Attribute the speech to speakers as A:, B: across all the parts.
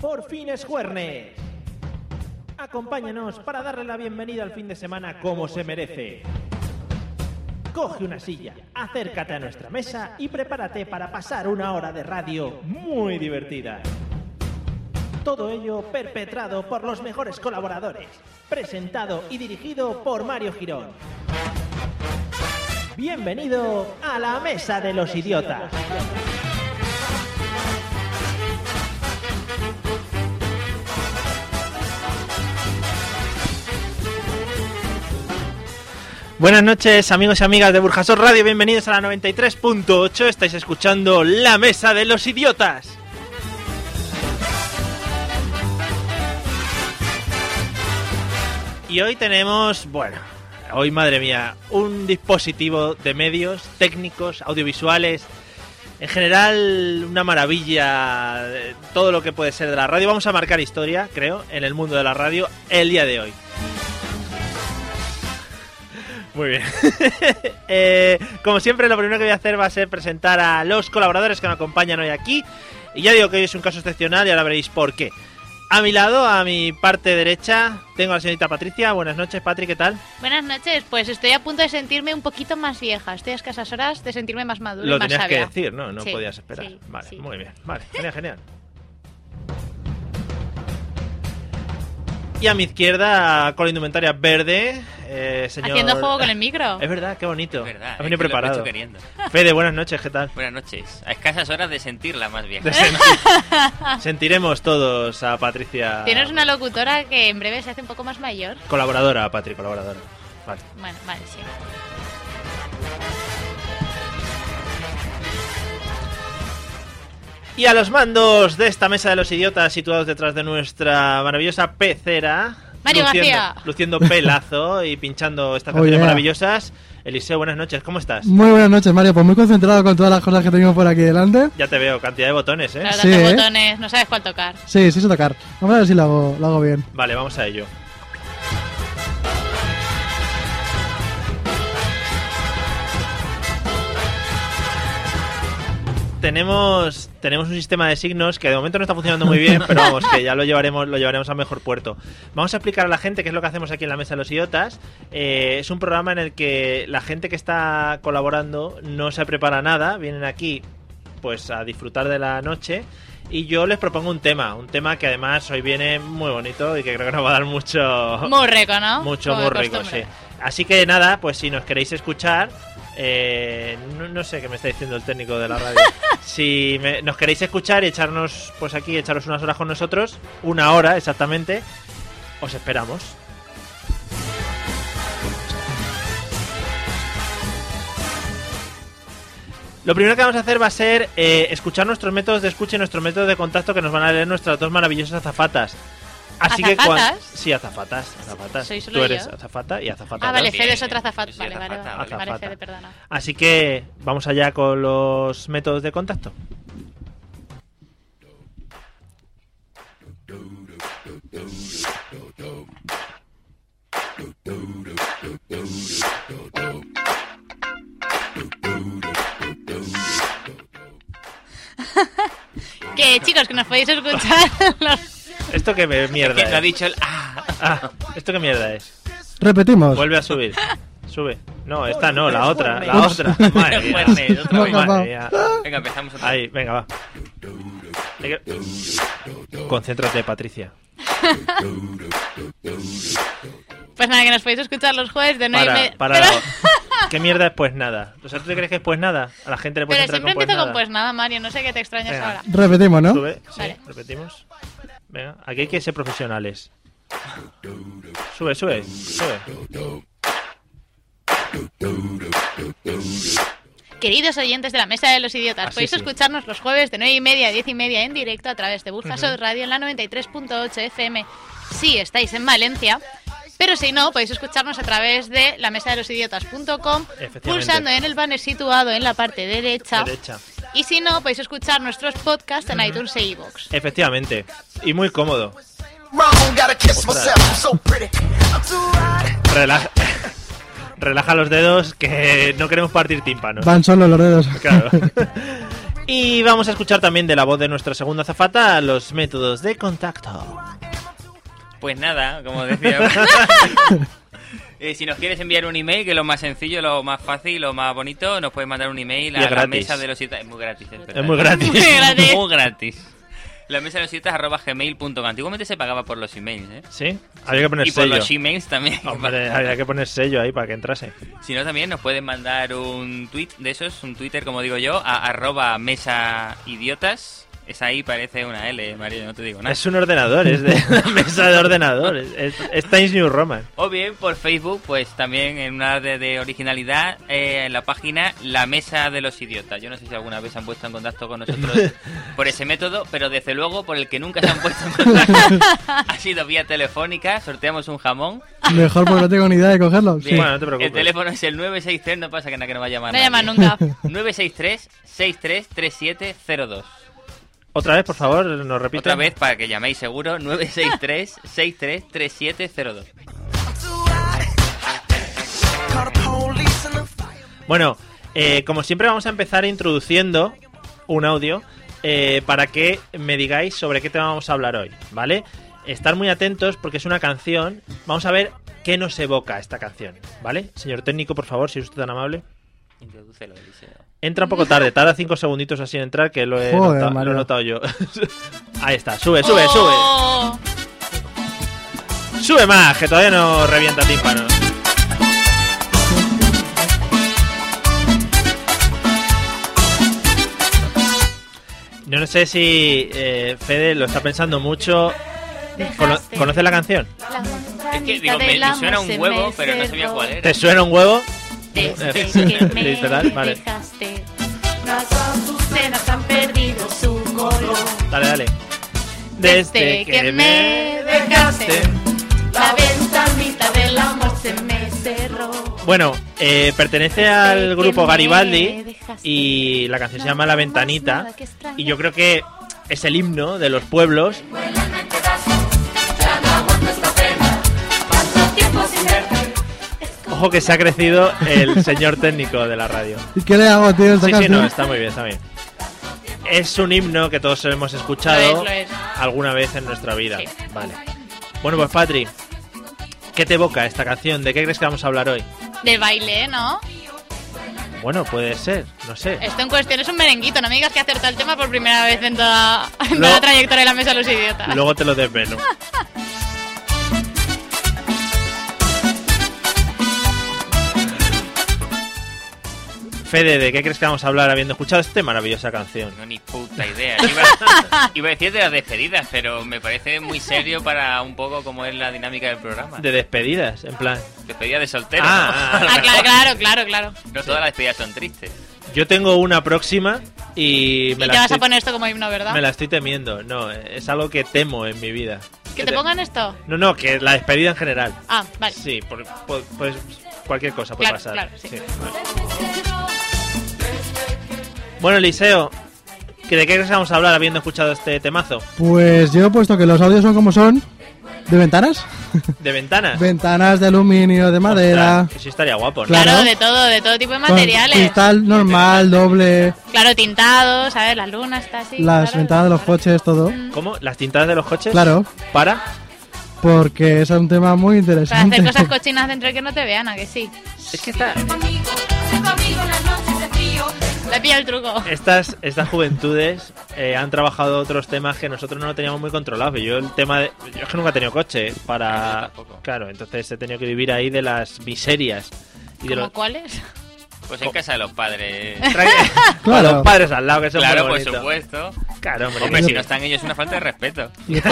A: por fines juernes. Acompáñanos para darle la bienvenida al fin de semana como se merece. Coge una silla, acércate a nuestra mesa y prepárate para pasar una hora de radio muy divertida. Todo ello perpetrado por los mejores colaboradores, presentado y dirigido por Mario Girón. Bienvenido a la Mesa de los Idiotas. Buenas noches amigos y amigas de Burjasot Radio, bienvenidos a la 93.8, estáis escuchando La Mesa de los Idiotas. Y hoy tenemos, bueno, hoy madre mía, un dispositivo de medios técnicos, audiovisuales, en general una maravilla, eh, todo lo que puede ser de la radio. Vamos a marcar historia, creo, en el mundo de la radio el día de hoy. Muy bien. Eh, como siempre, lo primero que voy a hacer va a ser presentar a los colaboradores que me acompañan hoy aquí. Y ya digo que hoy es un caso excepcional y ahora veréis por qué. A mi lado, a mi parte derecha, tengo a la señorita Patricia. Buenas noches, Patri, ¿qué tal?
B: Buenas noches, pues estoy a punto de sentirme un poquito más vieja. Estoy a escasas horas de sentirme más madura
A: Lo
B: y más
A: tenías que
B: sabia.
A: decir, ¿no? No
B: Sí,
A: podías esperar.
B: sí,
A: vale,
B: sí.
A: muy bien. Vale, genial, genial. Y a mi izquierda, con la indumentaria verde, eh, señor...
B: Haciendo juego con el micro.
A: Es verdad, qué bonito.
C: Es
A: Has
C: verdad. es
A: venido
C: que lo he
A: preparado.
C: hecho queriendo.
A: Fede, buenas noches, ¿qué tal?
C: Buenas noches. A escasas horas de sentirla más vieja.
A: Sentiremos todos a Patricia...
B: Tienes una locutora que en breve se hace un poco más mayor.
A: Colaboradora, Patri, colaboradora. Vale.
B: Bueno, vale, sí.
A: ¿Eh? Y a los mandos de esta mesa de los idiotas situados detrás de nuestra maravillosa pecera.
B: Mario
A: luciendo,
B: García.
A: Luciendo pelazo y pinchando estas
D: Oh,
A: canciones
D: yeah.
A: maravillosas. Eliseo, buenas noches, ¿cómo estás?
D: Muy buenas noches, Mario. Pues muy concentrado con todas las cosas que tenemos por aquí delante.
A: Ya te veo, cantidad de botones, ¿eh?
B: Claro,
D: Sí,
B: tantos
D: ¿eh?
B: botones, no sabes cuál tocar.
D: Sí, sí, sé tocar. Vamos a ver si lo hago, lo hago bien.
A: Vale, vamos a ello. Tenemos, tenemos un sistema de signos que de momento no está funcionando muy bien, pero vamos, que ya lo llevaremos, lo llevaremos a mejor puerto. Vamos a explicar a la gente qué es lo que hacemos aquí en la Mesa de los Idiotas. Eh, es un programa en el que la gente que está colaborando no se prepara nada, vienen aquí pues a disfrutar de la noche y yo les propongo un tema, un tema que además hoy viene muy bonito y que creo que nos va a dar mucho,
B: Muy rico, ¿no?
A: Oh, mucho,
B: Como
A: muy
B: de
A: rico, sí.
B: costumbre.
A: Así que nada, pues si nos queréis escuchar, eh, no, no sé qué me está diciendo el técnico de la radio. si me- nos queréis escuchar y echarnos, pues aquí, echaros unas horas con nosotros, una hora exactamente, os esperamos. Lo primero que vamos a hacer va a ser eh, escuchar nuestros métodos de escucha y nuestros métodos de contacto que nos van a leer nuestras dos maravillosas azafatas. Así que cuan-
B: ¿Azafatas?
A: Sí, azafatas, azafatas.
B: ¿Soy solo
A: Tú eres
B: yo?
A: azafata y azafata.
B: Ah, vale,
C: Bien,
B: Fede es otra
C: bien.
B: azafata.
C: Sí,
B: Vale, vale,
C: azafata,
A: vale.
B: vale. Vale, Fede,
A: Azafata.
B: perdona.
A: Así que vamos allá con los métodos de contacto.
B: Que chicos, que nos podéis escuchar. los-
A: ¿Esto qué me- mierda
C: que no ha
A: es?
C: dicho el. ¡Ah!
A: Ah, ¿Esto qué mierda es?
D: Repetimos.
C: Pues
A: Vuelve a subir. Sube. No, esta no, la otra. La
D: Ups.
A: otra. Madre mía.
C: Fuernes, otra vez.
A: Madre mía.
C: Venga, empezamos otra vez.
A: Ahí, venga, va. Hay que- Concéntrate, Patricia.
B: Pues nada, que nos podéis escuchar los jueves de 9 y
A: Para,
B: media.
A: para.
B: Pero,
A: ¿Qué mierda es pues nada? O sea, ¿tú te crees que es pues nada? A la gente le puede
B: pero
A: entrar
B: siempre
A: con pues
B: empiezo
A: nada.
B: con pues nada, Mario. No sé qué te extrañas
A: Venga.
B: ahora.
D: Repetimos, ¿no?
A: Sube, sí,
B: Vale.
A: repetimos. Venga, aquí hay que ser profesionales. Sube, sube, sube.
B: Queridos oyentes de la Mesa de los Idiotas,
A: Así
B: podéis
A: sí.
B: escucharnos los jueves de 9 y media a 10 y media en directo a través de Burjasot Radio en la 93.8 FM si estáis en Valencia. Pero si no, podéis escucharnos a través de la mesa de los idiotas.com
A: Efectivamente.
B: pulsando en el banner situado en la parte derecha.
A: Derecha.
B: Y si no, podéis escuchar nuestros podcasts en iTunes e iVoox.
A: Efectivamente. Y muy cómodo.
E: wrong, gotta kiss myself. I'm so pretty. I'm too hot.
A: Relaja, relaja los dedos que no queremos partir tímpanos.
D: Van solo los dedos.
A: Claro. Y vamos a escuchar también de la voz de nuestra segunda azafata los métodos de contacto.
C: Pues nada, como decía. Eh, si nos quieres enviar un email, que es lo más sencillo, lo más fácil, lo más bonito, nos puedes mandar un email
A: Y es
C: a la
A: gratis.
C: mesa de los idiotas. Es muy gratis, es verdad.
A: Es muy gratis.
B: Muy gratis.
C: Muy gratis. La mesa de los idiotas arroba gmail.com. Antiguamente se pagaba por los emails, ¿eh?
A: ¿Sí? Había que poner
C: Y por
A: sello.
C: los emails también.
A: Hombre, había que poner sello ahí para que entrase.
C: Si no, también nos pueden mandar un tweet de esos, un Twitter, como digo yo, a arroba mesa idiotas. Esa ahí parece una L, María, no te digo nada.
A: Es un ordenador, es de una mesa de ordenador. Es, es- es Times New Roman.
C: O bien por Facebook, pues también en una de, de originalidad, eh, en la página La Mesa de los Idiotas. Yo no sé si alguna vez se han puesto en contacto con nosotros por ese método, pero desde luego por el que nunca se han puesto en contacto ha sido vía telefónica. Sorteamos un jamón.
D: Mejor porque no tengo ni idea de cogerlo. Sí.
C: Bien,
A: Bueno, no te preocupes.
C: El teléfono es el 963, no pasa que nada que no va a llamar.
B: No llama
C: nadie.
B: nunca.
C: 963-633702.
A: Otra vez, por favor, nos repito.
C: Otra vez para que llaméis seguro, 963-633702.
A: Bueno, eh, como siempre vamos a empezar introduciendo un audio eh, para que me digáis sobre qué tema vamos a hablar hoy, ¿vale? Estar muy atentos porque es una canción. Vamos a ver qué nos evoca esta canción, ¿vale? Señor técnico, por favor, si es usted tan amable.
C: Introdúcelo, Eliseo.
A: Entra un poco tarde, tarda cinco segunditos así en entrar, que lo he,
D: Joder,
A: nota- lo he
D: Mario.
A: notado yo. Ahí está, sube, sube, sube.
B: Oh.
A: Sube más, que todavía no revienta tímpanos. Yo no sé si eh, Fede lo está pensando mucho. Cono-
B: Dejaste
A: ¿Conoces la canción?
B: la montañita
C: Es que digo,
B: de
C: me, me
B: la
C: suena un
B: se
C: huevo,
B: me
C: pero no sabía
B: cerró.
C: cuál era.
A: ¿Te suena un huevo?
B: Desde que me
A: Eh, Literal, vale.
B: dejaste, las azucenas han perdido su color.
A: Dale, dale.
B: Desde que me dejaste, la ventanita del amor se me cerró.
A: Bueno, eh, pertenece
B: Este
A: al grupo Garibaldi y la canción se llama La Ventanita y yo creo que es el himno de los pueblos Ojo que se ha crecido el señor técnico de la radio.
D: ¿Y qué le hago, tío?
A: Sí,
D: Esta
A: sí,
D: canción?
A: no, está muy bien, está bien. Es un himno que todos hemos
B: Lo
A: escuchado
B: es, lo es.
A: alguna vez en nuestra vida.
B: Sí.
A: Vale. Bueno, pues Patri, ¿qué te evoca esta canción? ¿De qué crees que vamos a hablar hoy?
B: Del baile, ¿no?
A: Bueno, puede ser, no sé.
B: Esto en cuestión es un merenguito. No me digas que acertó el tema por primera vez en toda, en
A: Lo-
B: toda la trayectoria de la mesa de los idiotas.
A: Luego te lo desvelo. Fede, ¿de qué crees que vamos a hablar habiendo escuchado esta maravillosa canción?
C: No, ni puta idea. Iba, iba a decir de las despedidas, pero me parece muy serio para un poco cómo es la dinámica del programa.
A: De despedidas, en plan.
C: Despedida de soltero.
A: Ah,
C: ¿no?
A: ah,
C: A
B: Ah,
C: lo
B: claro,
C: mejor.
B: claro, claro, claro.
C: No todas las despedidas son tristes.
A: Yo tengo una próxima y me
B: Y
A: la,
B: te vas
A: estoy,
B: a poner esto como himno, ¿verdad?
A: me la estoy temiendo. No, es algo que temo en mi vida.
B: Que te pongan esto.
A: No, no, que la despedida en general.
B: Ah, vale.
A: Sí, por- por- pues cualquier cosa puede
B: Claro,
A: pasar.
B: claro, sí.
A: Bueno, Eliseo, ¿que ¿de qué crees que vamos a hablar habiendo escuchado este temazo?
D: Pues yo, puesto que los audios son como son, ¿de ventanas?
A: ¿De ventanas?
D: ventanas de aluminio, de madera,
A: Ostras, que sí estaría guapo, ¿no?
D: Claro.
B: Claro, de todo, de todo tipo de
D: con
B: materiales.
D: cristal normal, doble,
B: Claro, tintados, ¿sabes? Las lunas, está así.
D: las
B: claro,
D: ventanas de los
B: claro.
D: coches, todo.
A: ¿Cómo? ¿Las tintadas de los coches?
D: Claro,
A: ¿Para?
D: porque es un tema muy
B: Para hacer
D: interesante.
B: cosas cochinas dentro y que no te vean, ¿a que sí?
A: Es que esta,
B: Le pilla el truco.
A: estas, estas juventudes eh, han trabajado otros temas que nosotros no lo teníamos muy controlado. Yo el tema de, yo es que nunca he tenido coche
C: Yo
A: para...
C: tampoco.
A: Claro, entonces he tenido que vivir ahí de las miserias. Y de
B: ¿Como
A: los...
B: cuáles?
C: Pues en casa de los padres.
A: Tra- con
D: Claro.
A: los padres al lado, que son
C: Claro,
A: muy
C: por
A: bonitos.
C: supuesto.
A: Claro, hombre.
C: Hombre,
A: que
C: si
A: sí.
C: no están ellos es una falta de respeto.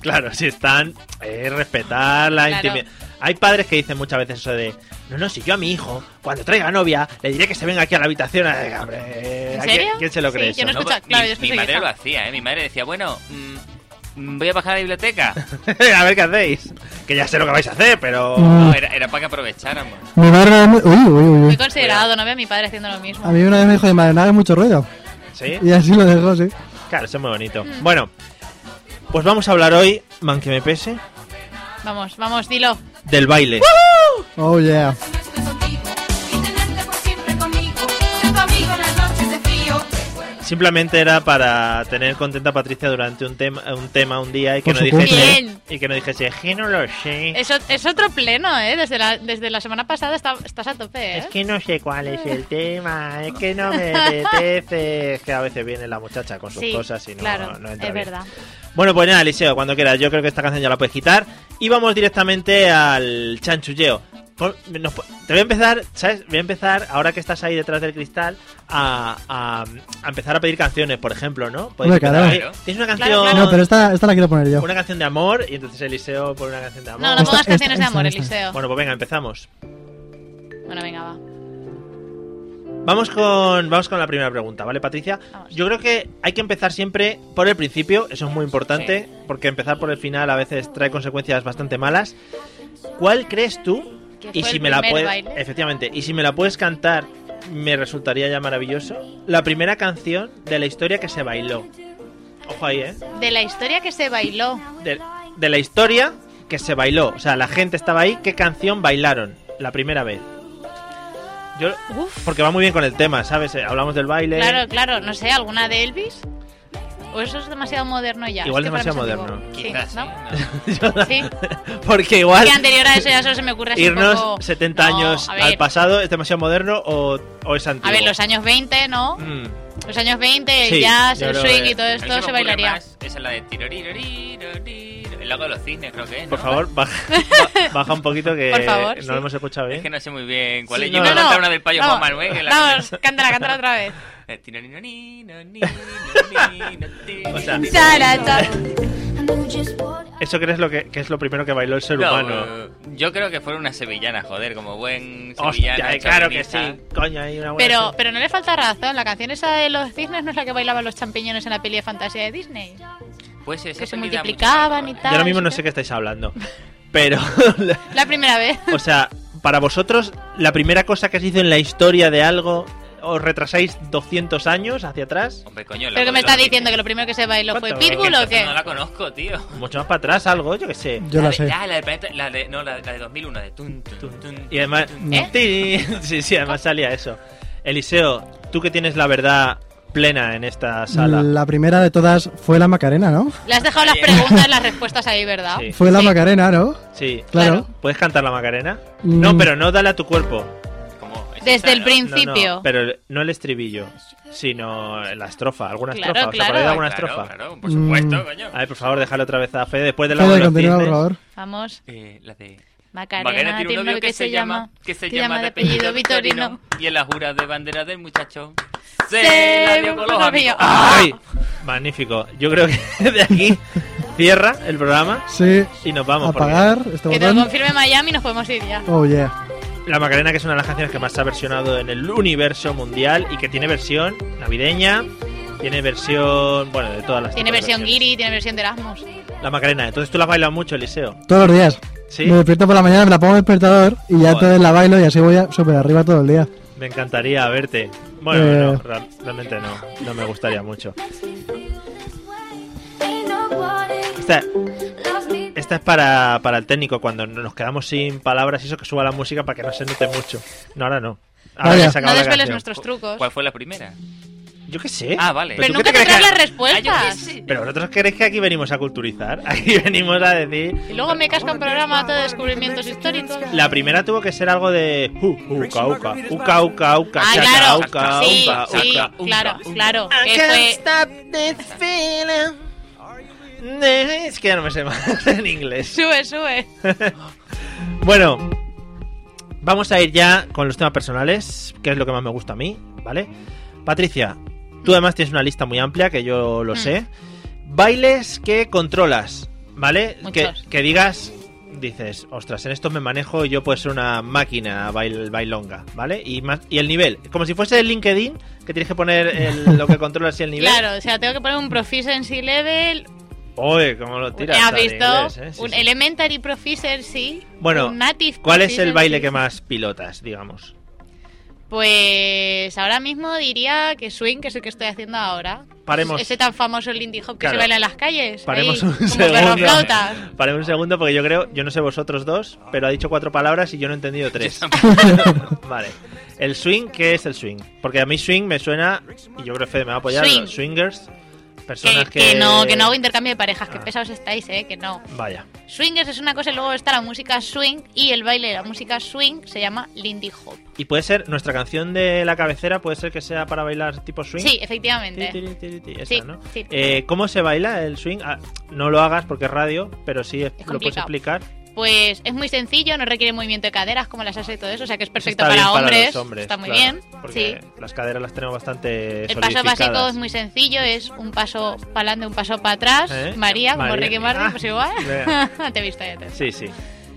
A: Claro, si están, eh, respetar la
B: Claro.
A: intimidad. Hay padres que dicen muchas veces eso de, no, no, si yo a mi hijo, cuando traiga novia, le diré que se venga aquí a la habitación. Ay, hombre, eh,
B: ¿En
A: ¿a quién-
B: serio?
A: ¿Quién se lo
B: Sí,
A: cree
B: yo
A: eso?
B: no escucha-
C: pues,
B: claro,
C: mi,
B: yo escucho
C: mi madre
B: quizá.
C: lo hacía, ¿eh? Mi madre decía, bueno, mm, mm, voy a bajar a la biblioteca.
A: a ver qué hacéis. Que ya sé lo que vais a hacer, pero...
C: No, era, era para que aprovecháramos.
D: Mi madre una vez me- uy, uy, uy,
B: Muy
D: uy.
B: considerado, no veo a mi padre haciendo lo mismo.
D: A mí una vez me dijo de madre, no hagas mucho ruido.
A: ¿Sí?
D: Y así lo dejó, sí.
A: Claro, eso es muy bonito.
B: Mm.
A: Bueno, pues vamos a hablar hoy, man que me pese,
B: Vamos, vamos, dilo.
A: del baile.
D: Oh yeah.
A: Si Simplemente era para tener contenta a Patricia durante un tema, un tema un día y que
D: Por
A: no
D: supuesto.
A: dijese
B: Bien.
A: y que no dijese "Es que no lo sé.
B: Es, o- es otro pleno, ¿eh? Desde la, desde la semana pasada está- estás a tope, ¿eh?
A: Es que no sé cuál es el tema, es que no me apetece. Es que a veces viene la muchacha con sus
B: sí,
A: cosas y no,
B: claro,
A: no entra bien.
B: es verdad.
A: Bueno, pues nada, Eliseo, cuando quieras. Yo creo que esta canción ya la puedes quitar. Y vamos directamente al chanchulleo. Pon- nos po- te voy a empezar, ¿sabes? Voy a empezar, ahora que estás ahí detrás del cristal, a, a- a empezar a pedir canciones, por ejemplo, ¿no? Podéis
D: Hombre, claro.
A: empezar, "Oye, Tienes una canción,
B: Claro, claro.
D: No, pero esta, esta la quiero poner yo.
A: una canción de amor, y entonces Eliseo pone una canción de amor.
B: No, no
D: Esta-
B: pongas
D: esta-
B: canciones de
D: esta-
B: amor,
D: esta.
B: Eliseo.
A: Bueno, pues venga, empezamos.
B: Bueno, venga, va.
A: Vamos con, vamos con la primera pregunta, ¿vale, Patricia?
B: Vamos.
A: Yo creo que hay que empezar siempre por el principio, eso es muy importante, porque empezar por el final a veces trae consecuencias bastante malas. ¿Cuál crees tú?
B: Que
A: Y
B: fue
A: si
B: el
A: me la
B: primer
A: puedes,
B: baile.
A: efectivamente, y si me la puedes cantar, me resultaría ya maravilloso. La primera canción de la historia que se bailó. Ojo ahí, ¿eh?
B: De la historia que se bailó.
A: De, de la historia que se bailó, o sea, la gente estaba ahí, ¿qué canción bailaron la primera vez? Yo
B: Uf,
A: porque va muy bien con el tema, ¿sabes? Eh, Hablamos del baile.
B: claro, claro, no sé, ¿alguna de Elvis? ¿O eso es demasiado moderno ya?
A: Igual
B: Es que para mí es
A: demasiado
B: antiguo.
A: moderno.
B: Sí,
C: Quizás,
B: ¿no?
C: sí, ¿no?
B: Sí.
A: Porque igual
B: Que anterior a eso ya solo se me ocurre así un
A: irnos
B: poco-
A: 70
B: No,
A: años
B: a
A: al
B: ver,
A: pasado es demasiado moderno o, o es antiguo.
B: A ver, los años 20, ¿no?
A: Mm,
B: Los años 20,
A: Sí,
B: el jazz,
A: yo
B: el
A: creo
B: swing
A: que-
B: y todo
C: A mí se
B: esto
C: me
B: se
C: ocurre
B: bailaría.
C: más, Esa es la de tiroriroriroriro, El lago de los cisnes, creo que es. ¿no?
A: Por favor, baja, baja un poquito que
B: Por favor,
A: no
B: sí.
A: lo hemos escuchado bien.
C: Es que no sé muy bien cuál
A: Sí,
C: es.
A: no,
C: Yo me voy a
A: no,
C: cantar una del payo
B: vamos,
C: Juan Manuel. Que la
B: Vamos, cántala, cántala otra vez.
C: Eh, tiroriroriroriro,
A: O sea,
B: Charata.
A: Eso crees lo que, que es lo primero que bailó el ser
C: No,
A: humano.
C: eh, yo creo que fueron unas sevillanas, joder, como buen
A: Hostia,
C: sevillano.
A: eh, claro que sí.
C: chauvinista.
A: Coño, hay una buena
B: Pero,
A: canción.
B: pero no le falta razón, la canción esa de los cisnes no es la que bailaban los champiñones en la peli de fantasía de Disney.
C: Pues esa
B: Que se
C: peli da mucho
B: multiplicaban y
C: mejor, ¿eh?
A: Yo
B: tal.
A: ahora mismo
B: sí
A: no
B: que-
A: sé qué estáis hablando. Pero,
B: La primera vez.
A: o sea, para vosotros, la primera cosa que se hizo en la historia de algo, ¿os retrasáis 200 años hacia atrás?
C: Hombre, coño, el
B: Pero que
C: lago
B: me
C: de los
B: está
C: cisnes.
B: diciendo que lo primero que se bailó fue
A: ¿Cuánto?
B: Pitbull
C: Es
B: o
C: que
B: qué.
C: esa No la conozco, tío.
A: Mucho más para atrás, algo, yo qué sé.
D: Yo la
C: de-
D: sé.
C: Ah, la del planeta. La de, no, la, la de 2001, de tun, tun, tun, tun,
A: Y además.
C: tun,
D: No.
A: Ti. Sí, sí, además salía eso. Eliseo, tú que tienes la verdad plena en esta sala.
D: La primera de todas fue la Macarena, ¿no?
B: Le has dejado las
C: Bien.
B: preguntas y las respuestas ahí, ¿verdad?
A: Sí.
D: Fue la
B: Sí.
D: Macarena, ¿no?
A: Sí.
D: Claro.
A: ¿Puedes cantar la Macarena?
D: Mm.
A: No, pero no dale a tu cuerpo.
C: como- es
B: Desde
C: esa,
B: el
C: ¿no?
A: No, no,
B: principio.
A: pero el- no el estribillo, sino la estrofa, alguna
B: Claro,
A: estrofa. ¿Os
B: claro.
A: acordáis de alguna
C: Claro,
A: estrofa?
C: claro, por supuesto,
D: Mm.
C: coño.
A: A ver, por favor, déjalo otra vez a Fede después de la
D: Fue
A: de
D: de
A: los
D: continuar, por
A: cisnes.
D: favor.
B: Vamos.
C: Eh, la de.
B: Macarena tiene un novio que se llama.
C: que se llama de apellido Vitorino y en la jura de bandera del muchacho se,
B: Se
C: la dio con los
B: puso
C: amigos.
B: mío. Ah.
A: ¡Ay! Magnífico. Yo creo que de aquí cierra el programa
D: Sí.
A: y nos vamos. porque
D: Apagar este
B: Que te lo
D: botón.
B: confirme Miami y nos podemos ir ya.
D: Oh, yeah.
A: La Macarena, que es una de las canciones que más se ha versionado en el universo mundial y que tiene versión navideña, tiene versión, bueno, de todas las
B: Tiene
A: tipos de
B: versión
A: versiones.
B: Giri, tiene versión de Erasmus.
A: La Macarena, entonces tú la has bailado mucho, Eliseo.
D: Todos los días.
A: Sí,
D: Me despierto por la mañana, me la pongo en el despertador y ya
A: Joder.
D: entonces la bailo y así voy a- súper arriba todo el día.
A: me encantaría verte. Bueno,
D: Eh.
A: no, ra- realmente no, no me gustaría mucho. Esta, esta es para, para el técnico, cuando nos quedamos sin palabras y eso, que suba la música para que no se note mucho. No, ahora no. Ahora
D: Vaya.
A: que se acaba la
B: No desveles
A: canción.
B: nuestros trucos.
C: ¿Cuál fue la primera?
A: Yo qué sé.
C: Ah, vale.
B: Pero
A: ¿tú qué
B: nunca
A: te
B: te
A: crees
B: traes
A: que-
B: las
C: Ah, yo qué
B: respuestas.
C: sé.
A: Pero vosotros queréis que aquí venimos a culturizar, aquí venimos a decir
B: Y luego me casca un programa todo de descubrimientos históricos.
A: La primera tuvo que ser algo de uh, uca, uca, uca, uca, uca,
B: Ah,
A: chaca,
B: claro.
A: uca,
B: sí,
A: uca,
B: sí,
A: uca.
B: claro, claro.
A: I
B: Que
A: can't
B: fue-
A: stop this feeling. Es que ya no me sé más en inglés.
B: Sube, sube.
A: Bueno, vamos a ir ya con los temas personales, que es lo que más me gusta a mí, ¿vale? Patricia, tú además tienes una lista muy amplia, que yo lo
B: Mm.
A: sé. Bailes que controlas, ¿vale? Que,
B: Muchos.
A: que digas, dices, ostras, en esto me manejo, yo puedo ser una máquina bail- bailonga, ¿vale? Y, más, y el nivel, como si fuese el LinkedIn, que tienes que poner el- lo que controlas y el nivel.
B: Claro, o sea, tengo que poner un proficiency level.
A: Oye, cómo lo tiras.
B: ¿Has
A: al inglés,
B: visto?
A: eh? Sí,
B: un
A: sí.
B: elementary proficiency.
A: Bueno,
B: un native
A: ¿Cuál es el
B: proficiency.
A: baile que más pilotas, digamos?
B: Pues ahora mismo diría que swing, que es el que estoy haciendo ahora.
A: Paremos.
B: Ese tan famoso Lindy Hop que
A: Claro.
B: se baila en las calles.
A: Paremos
B: ahí,
A: un
B: como
A: segundo.
B: perroflautas.
A: Paremos un segundo porque yo creo, yo no sé vosotros dos, pero ha dicho cuatro palabras y yo no he entendido tres. vale. El swing, ¿qué es el swing? Porque a mí swing me suena, y yo creo que Fede me va a apoyar,
B: Swing.
A: los swingers,
B: Que,
A: personas que...
B: que no, que no hago intercambio de parejas, que pesados estáis, eh, que no.
A: Vaya.
B: Swingers es una cosa y luego está la música swing y el baile de la música swing se llama Lindy Hop.
A: Y puede ser, nuestra canción de la cabecera puede ser que sea para bailar tipo swing.
B: Sí,
A: Ti,
B: efectivamente.
A: ti, ti, ti, ti,
B: Sí,
A: esa, ¿no?
B: sí.
A: Eh, ¿Cómo se baila el swing? Ah, no lo hagas porque es radio, pero sí es- lo puedes
B: complicado.
A: explicar.
B: Pues es muy sencillo, no requiere movimiento de caderas como las hace y todo eso, o sea que es perfecto
A: Está bien
B: para
A: para
B: hombres,
A: los hombres,
B: Está muy
A: claro,
B: bien.
A: Porque
B: Sí.
A: las caderas las tenemos bastante
B: El paso básico
A: solidificadas.
B: es muy sencillo, es un paso para adelante, un paso para atrás.
A: ¿Eh?
B: María, como
A: María.
B: Ricky Martin,
A: Ah,
B: pues igual.
A: vea.
B: te he visto, ya te he visto.
A: Sí, sí.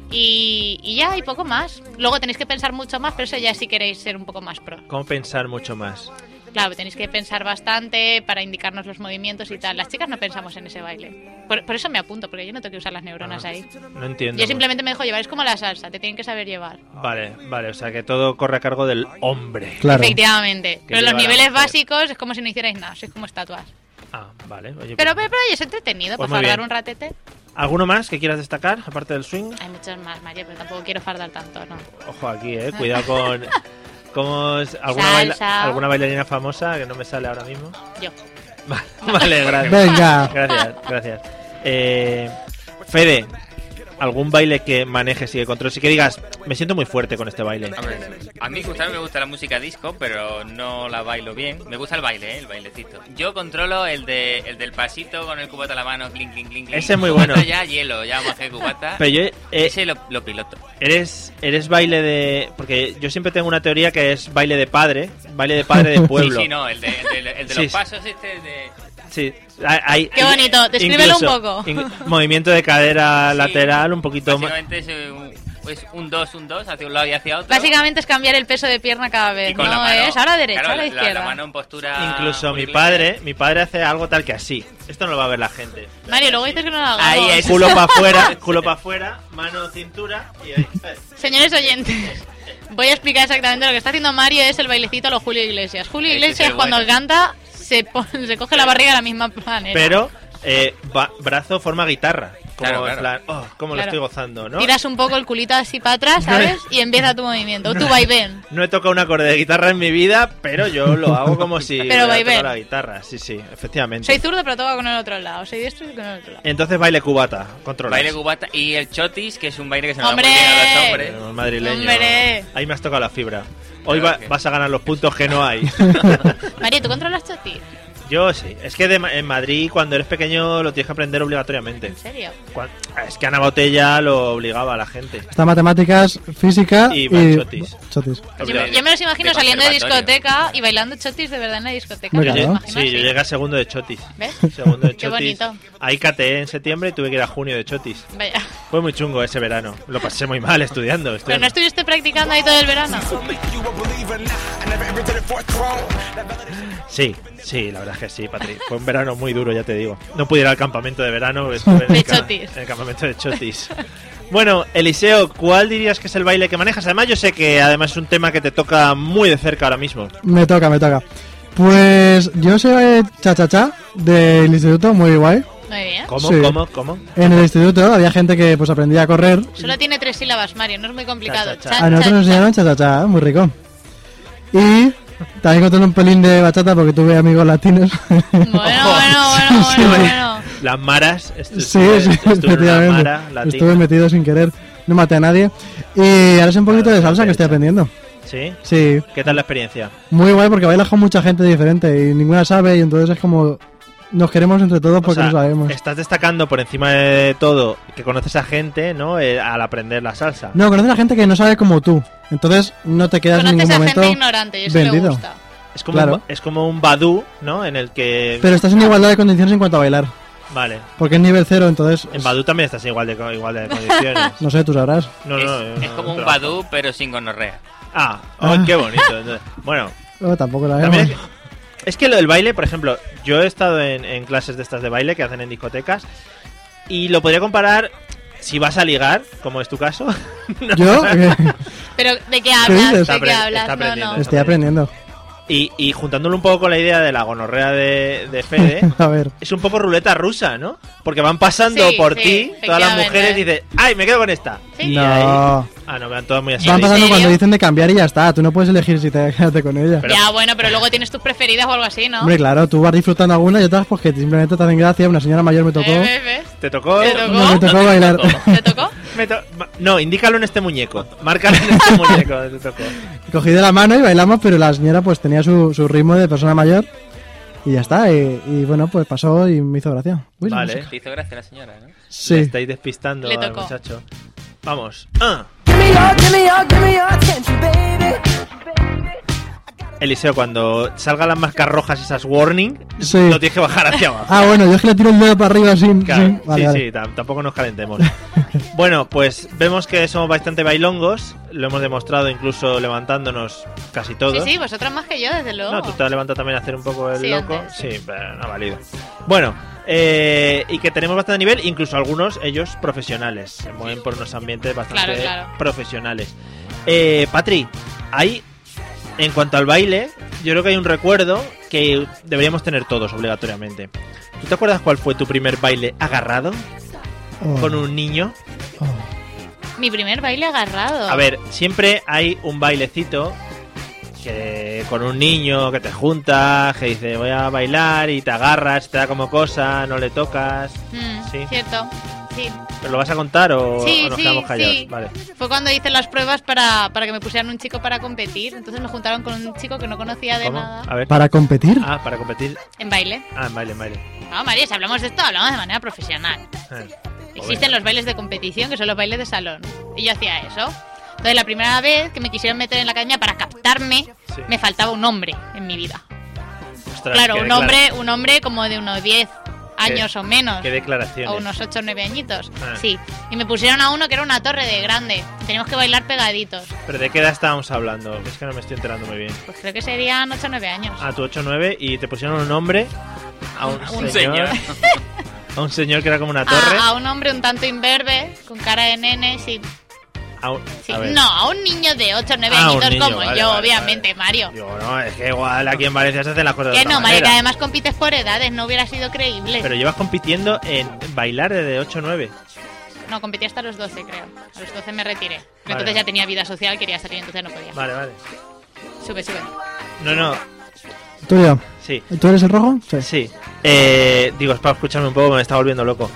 B: Y, y ya, y poco más. Luego tenéis que pensar mucho más, pero eso ya si queréis ser un poco más pro.
A: ¿Cómo pensar mucho más?
B: Claro, tenéis que pensar bastante para indicarnos los movimientos y tal. Las chicas no pensamos en ese baile. Por, por eso me apunto, porque yo no tengo que usar las neuronas
A: Ah,
B: ahí.
A: No entiendo.
B: Yo simplemente me dejo llevar, es como la salsa, te tienen que saber llevar.
A: Vale, vale, o sea que todo corre a cargo del hombre.
D: Claro.
B: Efectivamente. Pero
A: lleva
B: los
A: la
B: niveles
A: mujer.
B: básicos es como si no hicierais nada, sois como estatuas.
A: Ah, vale. Oye,
B: Pero,
A: pues-
B: pero, pero oye, es entretenido,
A: Pues muy
B: por fardar
A: bien.
B: un ratete.
A: ¿Alguno más que quieras destacar, aparte del swing?
B: Hay muchos más, María, pero tampoco quiero fardar tanto, ¿no?
A: Ojo aquí, eh. Cuidado con. ¿Cómo es? ¿Alguna, baila-
B: Salsa.
A: ¿Alguna bailarina famosa que no me sale ahora mismo?
B: Yo.
A: Vale, vale, gracias.
D: Venga.
A: Gracias, gracias. Eh, Fede, ¿algún baile que manejes y que controles? Y que digas, me siento muy fuerte con este baile.
C: A ver, a mí justamente me gusta la música disco, pero no la bailo bien. Me gusta el baile, ¿eh? el bailecito. Yo controlo el, de, el del pasito con el cubata a la mano, clink, clink, clink. clink.
A: Ese es muy
C: Cubata
A: bueno.
C: ya hielo, ya más que cubata.
A: Pero yo, eh,
C: Ese lo, lo piloto.
A: eres, eres baile de. Porque yo siempre tengo una teoría que es baile de padre, baile de padre de pueblo.
C: Sí, sí, no, el de, el de- el de
A: Sí,
C: los
A: sí.
C: pasos este de...
A: Sí, hay- hay-
B: Qué bonito, descríbelo un
A: incluso,
B: poco.
A: in- movimiento de cadera
C: Sí.
A: lateral, un poquito más.
C: Básicamente es eh, un, es un dos, un dos, hacia un lado y hacia otro.
B: Básicamente es cambiar el peso de pierna cada
C: Y
B: vez,
C: con
B: ¿no?
C: la mano-
B: es ahora derecha,
C: claro,
B: ahora
C: la-
B: izquierda.
C: La, mano en postura...
A: Incluso mi
C: curvilínea.
A: padre, mi padre hace algo tal que así. Esto no lo va a ver la gente.
B: Mario, luego dices que no lo hago.
C: Ahí es.
A: Culo para afuera, culo para afuera, mano cintura y ahí.
B: Señores oyentes, voy a explicar exactamente lo que está haciendo Mario es el bailecito a lo Julio Iglesias. Julio
C: Ese
B: Iglesias
C: es el
B: cuando
C: bueno.
B: canta se, po- se coge la barriga de la misma manera.
A: Pero eh, ba- brazo forma guitarra. Como
C: Claro,
A: en
C: claro.
A: plan, oh, cómo lo
B: Claro.
A: estoy gozando, ¿no?
B: Tiras un poco el culito así para atrás, ¿sabes? Y empieza tu movimiento, tu vaivén.
A: No he tocado un acorde de guitarra en mi vida, pero yo lo hago como si
B: Pero
A: hubiera
B: vaivén.
A: tocado la guitarra. Sí, sí, efectivamente.
B: Soy zurdo pero toco con el otro lado, soy diestro y con el otro lado.
A: Entonces baile cubata, controlas.
C: Baile cubata ¿eh? y el chotis, que es un baile que se nos
B: ¡Hombre!
C: da muy bien a los hombres.
A: Pero Eh, madrileño.
B: Hombre.
A: Ahí me has tocado la fibra. Hoy
C: Claro
A: va-
C: que-
A: vas a ganar los puntos que no hay.
B: Mario, ¿tú controlas choti?
A: Yo sí. Es que de Ma- en Madrid cuando eres pequeño lo tienes que aprender obligatoriamente.
B: ¿En serio?
A: Cuan- Es que Ana Botella lo obligaba a la gente.
D: Está matemáticas, física
A: Y
D: y...
A: machotis.
D: chotis.
B: Yo me, yo me los imagino
C: De
B: saliendo de
C: conservatorio.
B: discoteca y bailando chotis de verdad en la discoteca.
D: Hombre,
B: me los
D: claro.
B: imagino
A: Sí, yo
B: así.
A: llegué a segundo de Chotis.
B: ¿Ves?
A: Segundo de
B: Qué
A: Chotis.
B: bonito.
A: Ahí cateé en septiembre y tuve que ir a junio de Chotis.
B: Vaya.
A: Fue muy chungo ese verano. Lo pasé muy mal estudiando.
B: Pero no
A: estudiando.
B: estuviste practicando ahí todo el verano.
A: Sí, sí, la verdad es que sí, Patrick. Fue un verano muy duro, ya te digo. No pude ir al campamento de verano. estuve en
B: De
A: el ca-
B: chotis.
A: En el campamento de chotis. Bueno, Eliseo, ¿cuál dirías que es el baile que manejas? Además, yo sé que además es un tema que te toca muy de cerca ahora mismo.
D: Me toca, me toca. Pues yo soy cha-cha-cha del instituto, muy guay.
B: Muy bien.
A: ¿Cómo,
D: Sí.
A: cómo, cómo?
D: En el instituto había gente que pues aprendía a correr.
B: Solo tiene tres sílabas, Mario, no es muy complicado.
A: Cha, cha, cha.
B: Chan,
D: A nosotros
B: chan,
D: nos enseñaron cha-cha-cha, muy rico. Y también controlo un pelín de bachata porque tuve amigos latinos.
B: chan. Bueno, bueno, bueno, bueno, bueno.
A: Las maras. estu-
D: Sí,
A: estuve-
D: sí,
A: estuve en una
D: efectivamente.
A: mara latina.
D: Estuve metido sin querer, no maté a nadie. Y ahora es un poquito de salsa que estoy aprendiendo.
A: ¿Sí?
D: Sí,
A: ¿Qué tal la experiencia?
D: muy guay porque bailas con mucha gente diferente y ninguna sabe y entonces es como nos queremos entre todos porque
A: O sea,
D: lo sabemos.
A: Estás destacando por encima de todo que conoces a gente, ¿no? Eh, al aprender la salsa.
D: No, conoces a gente que no sabe como tú. Entonces no te quedas en
B: Conoces
D: ningún
B: a
D: momento.
B: gente ignorante y eso me
D: vendido.
B: gusta.
A: es, como
D: claro.
A: un, es como un badú, ¿no? En el que...
D: Pero estás en igualdad de condiciones en cuanto a bailar.
A: Vale.
D: Porque es nivel cero, entonces.
A: En Badu también estás igual de, co- igual de condiciones.
D: No sé, tú sabrás.
A: No,
C: es,
A: no,
C: es
A: no,
C: como un
A: trabajo.
C: Badú, pero sin gonorrea.
A: Ah, oh, qué bonito. Entonces, Bueno,
D: No, tampoco lo
A: también es que,
D: sabemos.
A: es que lo del baile, por ejemplo, yo he estado en, en clases de estas de baile que hacen en discotecas y lo podría comparar si vas a ligar, como es tu caso.
D: Yo, Eh,
B: Pero ¿de qué hablas?
D: dices?
B: ¿De
A: Está
B: qué
A: apre-
B: hablas?
A: está
B: No, no.
A: aprendiendo.
D: Estoy aprendiendo.
A: Y, y juntándolo un poco con la idea de la gonorrea de, de Fede,
D: A ver.
A: es un poco ruleta rusa, ¿no? Porque van pasando
B: Sí,
A: por
B: sí,
A: ti todas las
B: efectivamente.
A: mujeres y dices, ¡ay, me quedo con esta!
B: Sí.
A: Y ahí-
D: No.
A: Ah, no, me van todas muy así.
D: Van pasando
B: serio?
D: cuando dicen de cambiar y ya está. Tú no puedes elegir si te quedaste con ella.
A: Pero-
B: ya, bueno, pero luego tienes tus preferidas o algo así, ¿no?
D: Hombre, claro, tú vas disfrutando algunas y otras porque simplemente te hacen gracia. Una señora mayor me tocó.
B: Eh, ¿ves, ves?
A: ¿Te tocó?
B: ¿Te tocó?
D: No, me tocó bailar.
B: ¿Te tocó?
A: Me to- ma- No, indícalo en este muñeco. Márcalo en este muñeco. Te tocó.
D: Cogí de la mano y bailamos, pero la señora pues tenía su, su ritmo de persona mayor. Y ya está. Y, y, bueno, pues pasó y me hizo gracia. Uy, la
A: Vale.
D: música.
C: Te hizo gracia la señora, ¿no?
A: Le
D: Sí.
A: estáis despistando
B: Le
A: al
B: tocó.
A: muchacho. Vamos. Ah.
F: Give me your, give me your, give me your attention, baby.
A: Eliseo, cuando salgan las marcas rojas esas warning,
D: Sí.
A: lo tienes que bajar hacia abajo.
D: Ah, bueno, yo es que le tiro el dedo para arriba sin.
A: Claro,
D: sin- Vale,
A: sí,
D: vale.
A: sí, tam- tampoco nos calentemos. bueno, pues vemos que somos bastante bailongos, lo hemos demostrado incluso levantándonos casi
B: Sí,
A: todos.
B: sí, vosotras más que yo, desde luego.
A: No, tú te has levantado también a hacer un poco el
B: Sí,
A: loco.
B: antes, sí.
A: Sí, pero no ha valido. Bueno, eh, y que tenemos bastante nivel, incluso algunos, ellos profesionales. Se mueven por unos ambientes bastante
B: Claro, claro.
A: profesionales. Eh, Patri, hay, en cuanto al baile, yo creo que hay un recuerdo que deberíamos tener todos obligatoriamente. ¿Tú te acuerdas cuál fue tu primer baile agarrado
D: Oh,
A: con un niño?
D: oh.
B: Mi primer baile agarrado.
A: A ver, siempre hay un bailecito que con un niño que te juntas, que dice voy a bailar y te agarras, te da como cosa, no le tocas.
B: Mm,
A: sí.
B: Cierto. Sí.
A: ¿Pero lo vas a contar o,
B: Sí,
A: o nos
B: sí,
A: quedamos callados?
B: sí.
A: Vale.
B: Fue cuando hice las pruebas para, para que me pusieran un chico para competir. Entonces me juntaron con un chico que no conocía de
A: ¿Cómo?
B: nada.
A: A ver.
D: ¿Para competir?
A: Ah, para competir.
B: En baile.
A: Ah, en baile, en baile.
B: No, María, si hablamos de esto, hablamos de manera profesional.
A: Ah.
B: Existen los bailes de competición, que son los bailes de salón. Y yo hacía eso. Entonces, la primera vez que me quisieron meter en la academia para captarme,
A: Sí.
B: me faltaba un hombre en mi vida.
A: Ostras,
B: claro,
A: qué
B: un
A: declara-
B: hombre, un hombre como de unos 10 años o menos.
A: Qué declaraciones.
B: O unos 8 o 9 añitos.
A: Ah.
B: Sí. Y me pusieron a uno que era una torre de grande. Teníamos que bailar pegaditos.
A: ¿Pero de qué edad estábamos hablando? Es que no me estoy enterando muy bien. Ah,
B: Pues creo que serían 8 o 9 años.
A: A tu 8-9 y te pusieron un nombre a un,
C: Un señor.
A: A un señor que era como una torre.
B: A, a un hombre un tanto imberbe, con cara de nene, sí.
A: a un-
B: ah, sí.
A: a ver.
B: No, a un niño de 8 o 9
A: Ah, un
B: añitos
A: niño,
B: como
A: vale,
B: yo,
A: vale,
B: obviamente,
A: vale.
B: Mario.
A: Digo, no, es que igual aquí en Valencia se hacen las cosas de
B: Que
A: otra
B: no, Mario,
A: manera.
B: que además compites por edades, no hubiera sido creíble.
A: Pero llevas compitiendo en bailar desde 8 o 9.
B: No, competí hasta los 12, creo. A los 12 me retiré. Pero
A: Vale.
B: entonces ya tenía vida social, quería salir, entonces no podía.
A: Vale, vale.
B: Sube, sube.
A: No, no,
D: ¿Tú, Leo?
A: sí.
D: ¿Tú eres el rojo?
A: Sí. Eh, digo, es para escucharme un poco, me está volviendo loco.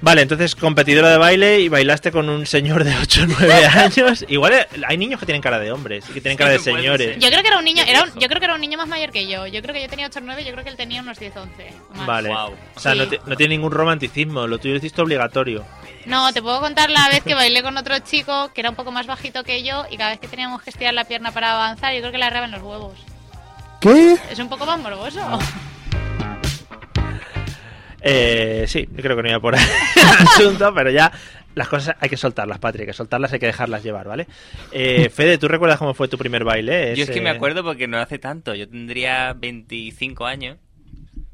A: Vale, entonces competidora de baile y bailaste con un señor de 8 o 9 años. Igual eh, hay niños que tienen cara de hombres y que tienen
C: Sí,
A: cara de
C: puede ser.
A: señores.
B: Yo creo que era un niño,
C: Qué
B: era un-
C: viejo.
B: yo creo que era un niño más mayor que yo. Yo creo que yo tenía 8 o 9, yo creo que él tenía unos 10 o 11. o más.
A: Vale.
C: Guau.
A: O sea, no,
B: Sí.
A: ti- no tiene ningún romanticismo, lo tuyo lo hiciste obligatorio.
B: No, te puedo contar la vez que bailé con otro chico que era un poco más bajito que yo y cada vez que teníamos que estirar la pierna para avanzar, yo creo que le arreban los huevos.
D: ¿Qué?
B: Es un poco más morboso.
A: Ah. Eh, sí, yo creo que no iba por ahí el asunto, pero ya las cosas hay que soltarlas, Patri, hay que soltarlas, hay que dejarlas llevar, ¿vale? Eh, Fede, ¿tú recuerdas cómo fue tu primer baile?
C: Yo es que
A: Ese-
C: me acuerdo porque no hace tanto. Yo tendría 25 años.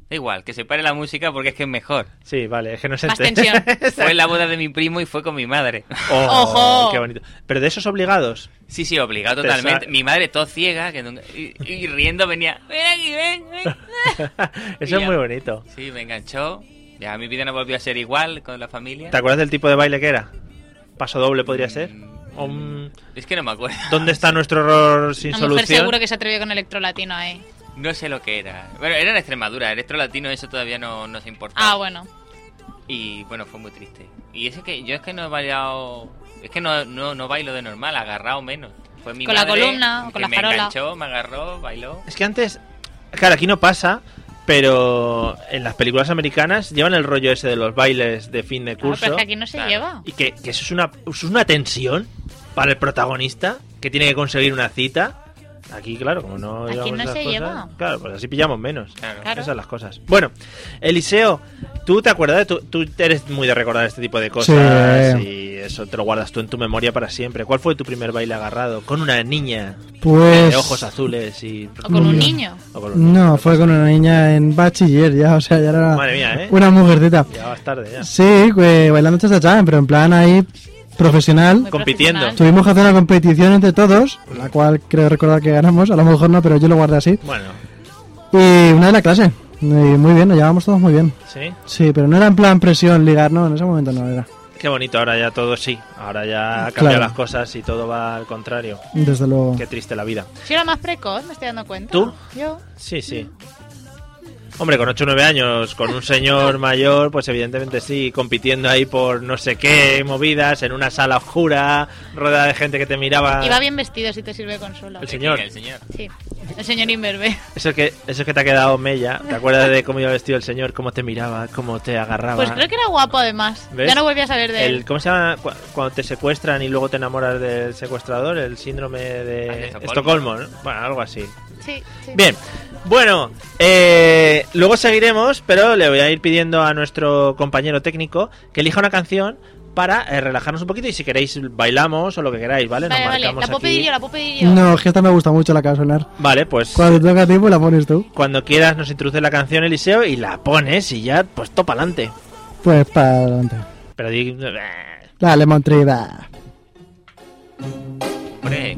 C: Da igual, que se pare la música porque es que es mejor.
A: Sí, vale, es este. que no se
B: Más
A: entiende.
B: tensión.
C: Fue en la boda de mi primo y fue con mi madre.
A: Oh,
B: Ojo.
A: ¡Qué bonito! Pero de esos obligados.
C: Sí, sí, obligado
A: Te sa-
C: totalmente. Mi madre, todo ciega, que nunca- y, y riendo venía, ven aquí, ven, ven".
A: Eso es
C: Ya.
A: muy bonito.
C: Sí, me enganchó. Ya mi vida no volvió a ser igual con la familia.
A: ¿Te acuerdas del tipo de baile que era? ¿Paso doble podría ser?
C: Mm,
A: ¿O un-
C: Es que no me acuerdo.
A: ¿Dónde está nuestro error sin
B: La mujer
A: solución?
B: seguro que se atrevió con electrolatino ahí.
C: No sé lo que era. Bueno, era en Extremadura, electro latino, eso todavía no nos importaba.
B: Ah, bueno.
C: Y bueno, fue muy triste. Y es que yo es que no he bailado. Es que no, no, no bailo de normal, agarrado menos. Fue mi
B: Con la
C: madre
B: columna o con
C: que
B: la
C: me
B: farola.
C: enganchó, me agarró, bailó.
A: Es que antes, claro, aquí no pasa, pero en las películas americanas llevan el rollo ese de los bailes de fin de
B: Claro,
A: curso.
B: pero es que aquí no se
C: Claro.
B: lleva.
A: Y que, que eso es una, eso es una tensión para el protagonista que tiene que conseguir una cita. Aquí, claro, como no
B: Aquí
A: llevamos
B: no
A: esas
B: se
A: cosas,
B: lleva.
A: Claro, pues así pillamos menos.
C: Claro.
B: Claro.
A: Esas son las cosas. Bueno, Eliseo, ¿tú te acuerdas? de- Tú, tú eres muy de recordar este tipo de cosas
D: Sí.
A: y eso te lo guardas tú en tu memoria para siempre. ¿Cuál fue tu primer baile agarrado? ¿Con una niña
D: Pues.
A: de ojos azules y...?
B: O con un
D: Muy bien.
B: niño.
A: o con un-
D: No, fue con una niña en bachiller ya, o sea, ya era
A: Madre mía, ¿eh?
D: una mujercita.
A: Ya vas tarde, ya.
D: Sí, pues, bailando cha cha pero en plan ahí profesional.
B: Muy
A: Compitiendo.
B: profesional.
D: Tuvimos que hacer una competición entre todos, la cual creo recordar que ganamos, a lo mejor no, pero yo lo guardé así.
A: Bueno,
D: Y una de la clase. Y muy bien, nos llevábamos todos muy bien.
A: sí.
D: Sí, pero no era en plan presión ligar, no, en ese momento no era.
A: Qué bonito, ahora ya todo sí. Ahora ya cambian
D: Claro.
A: las cosas y todo va al contrario.
D: Desde luego.
A: Qué triste la vida.
B: Yo era más precoz, me estoy dando cuenta.
A: ¿Tú?
B: Yo.
A: Sí, sí. Hombre, con 8 o 9 años, con un señor mayor, pues evidentemente sí, compitiendo ahí por no sé qué movidas, en una sala oscura, rodeada de gente que te miraba.
B: Iba bien vestido si te sirve de consuelo.
A: Ah. El señor.
C: El señor.
B: Sí. El señor Inverbe.
A: Eso que, eso que te ha quedado mella, ¿te acuerdas de cómo iba vestido el señor, cómo te miraba, cómo te agarraba?
B: Pues creo que era guapo además.
A: Ah, ¿Ves?
B: Ya no volví a saber de
A: El,
B: él.
A: ¿Cómo se llama Cu- cuando te secuestran y luego te enamoras del secuestrador? El síndrome de
C: Ah, de
A: Estocolmo,
C: Estocolmo,
A: ¿no? Bueno, algo así.
B: Sí, sí.
A: Bien, bueno, eh, luego seguiremos, pero le voy a ir pidiendo a nuestro compañero técnico que elija una canción para eh, relajarnos un poquito y si queréis bailamos o lo que queráis, ¿vale? Nos
B: Vale, vale. La
A: marcamos
B: puedo
A: aquí.
B: pedir yo, la puedo pedir yo.
D: No, es que esta me gusta mucho la que va a sonar.
A: Vale, pues
D: Cuando te toca a ti, pues la pones tú.
A: cuando quieras nos introduces la canción Eliseo y la pones y ya, pues topa adelante.
D: Pues para adelante.
A: Pero di... eh,
D: La Lemon Tree, va.
C: Hombre,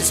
F: is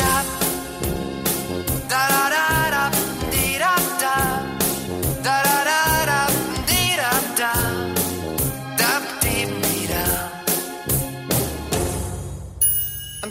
F: that da da da da dee da da da da da da dee da da da dee dee da I'm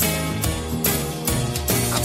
F: I'm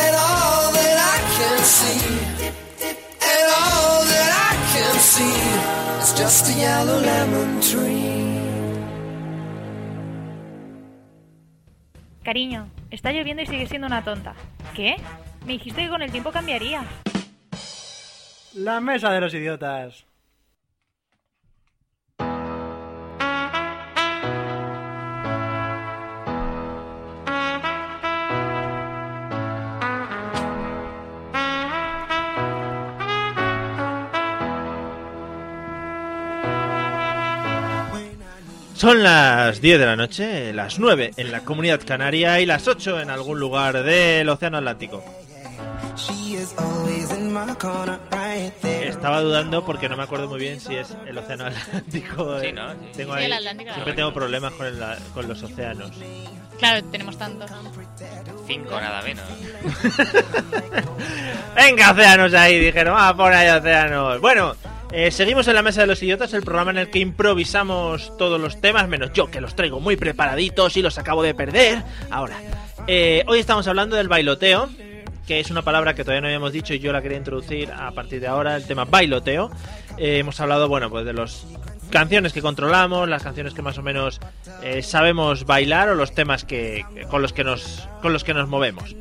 F: And all that I can see. And all that I can see is just a yellow lemon tree.
G: Cariño, está lloviendo y sigues siendo una tonta. ¿Qué? Me dijiste que con el tiempo cambiarías.
D: La mesa de los idiotas.
A: Son las 10 de la noche, las 9 en la comunidad canaria y las 8 en algún lugar del Océano Atlántico.
E: She is always in
F: my corner right there.
A: Estaba dudando porque no me acuerdo muy bien si es el océano Atlántico.
C: Sí,
A: eh,
C: ¿no? Sí.
A: Tengo
B: Sí,
A: ahí-
B: el Atlántico.
A: Siempre tengo problemas con, el- la- con los océanos.
B: Claro, tenemos tantos.
C: Cinco, nada menos.
A: Venga, océanos ahí, dijeron, ah, por ahí, océanos. Bueno, eh, seguimos en la mesa de los idiotas, el programa en el que improvisamos todos los temas, menos yo que los traigo muy preparaditos y los acabo de perder. Ahora, eh, hoy estamos hablando del bailoteo, que es una palabra que todavía no habíamos dicho y yo la quería introducir a partir de ahora, el tema bailoteo. Eh, hemos hablado, bueno, pues de los canciones que controlamos, las canciones que más o menos eh, sabemos bailar o los temas que con los que nos con los que nos movemos.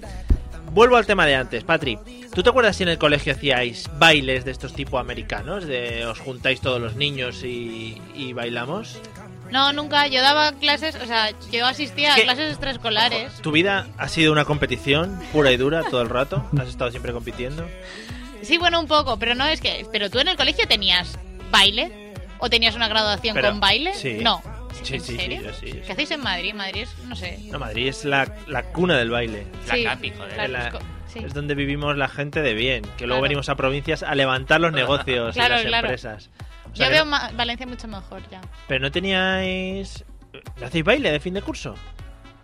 A: Vuelvo al tema de antes, Patri. ¿Tú te acuerdas si en el colegio hacíais bailes de estos tipo americanos? De os juntáis todos los niños y, y bailamos.
B: No, nunca. Yo daba clases, o sea, yo asistía a
A: ¿Qué?
B: clases extraescolares.
A: ¿Tu vida ha sido una competición pura y dura todo el rato? ¿Has estado siempre compitiendo?
B: Sí, bueno, un poco, pero no es que. Pero tú en el colegio tenías baile o tenías una graduación
A: Pero-
B: con baile.
A: sí.
B: No.
A: Sí,
B: ¿En
A: sí, sí,
B: serio?
A: yo sí, yo sí.
B: ¿Qué hacéis en Madrid? Madrid es, no sé.
A: No, Madrid es la, la cuna del baile.
C: La
B: Sí,
C: Capi, joder.
B: claro,
A: La-
B: es co- sí.
A: Es donde vivimos la gente de bien, que luego
B: Claro.
A: venimos a provincias a levantar los negocios
B: Claro,
A: y las
B: claro.
A: empresas. O sea
B: Yo
A: que
B: veo
A: no-
B: Ma- Valencia mucho mejor ya.
A: pero no teníais... ¿No hacéis baile de fin de curso?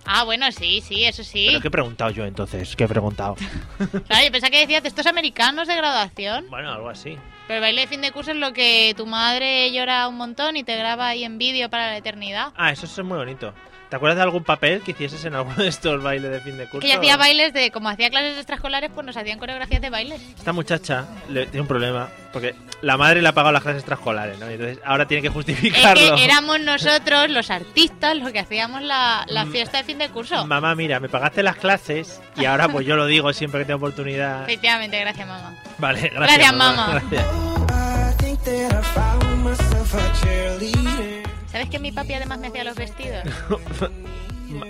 B: Ah, bueno, sí, sí, eso sí.
A: ¿Pero qué he preguntado yo entonces? ¿Qué he preguntado?
B: Claro, yo pensaba que decías de estos americanos de graduación.
A: bueno, algo así.
B: Pero el baile de fin de curso es lo que tu madre llora un montón y te graba ahí en vídeo para la eternidad.
A: Ah, eso es muy bonito. ¿Te acuerdas de algún papel que hicieses en alguno de estos bailes de fin de curso?
B: Que yo hacía bailes de, como hacía clases extraescolares, pues nos hacían coreografías de baile.
A: Esta muchacha le, tiene un problema porque la madre le ha pagado las clases extraescolares, ¿no? Y entonces ahora tiene que
B: Es
A: justificarlo.
B: que éramos nosotros, los artistas, los que hacíamos la, la fiesta de fin de curso.
A: Mamá, mira, me pagaste las clases y ahora pues yo lo digo siempre que tengo oportunidad.
B: Efectivamente, gracias, mamá.
A: Vale, gracias.
B: Gracias, mamá.
A: Gracias.
F: I think that I found myself a cheerleader.
B: ¿Sabes que mi papi además me hacía los vestidos?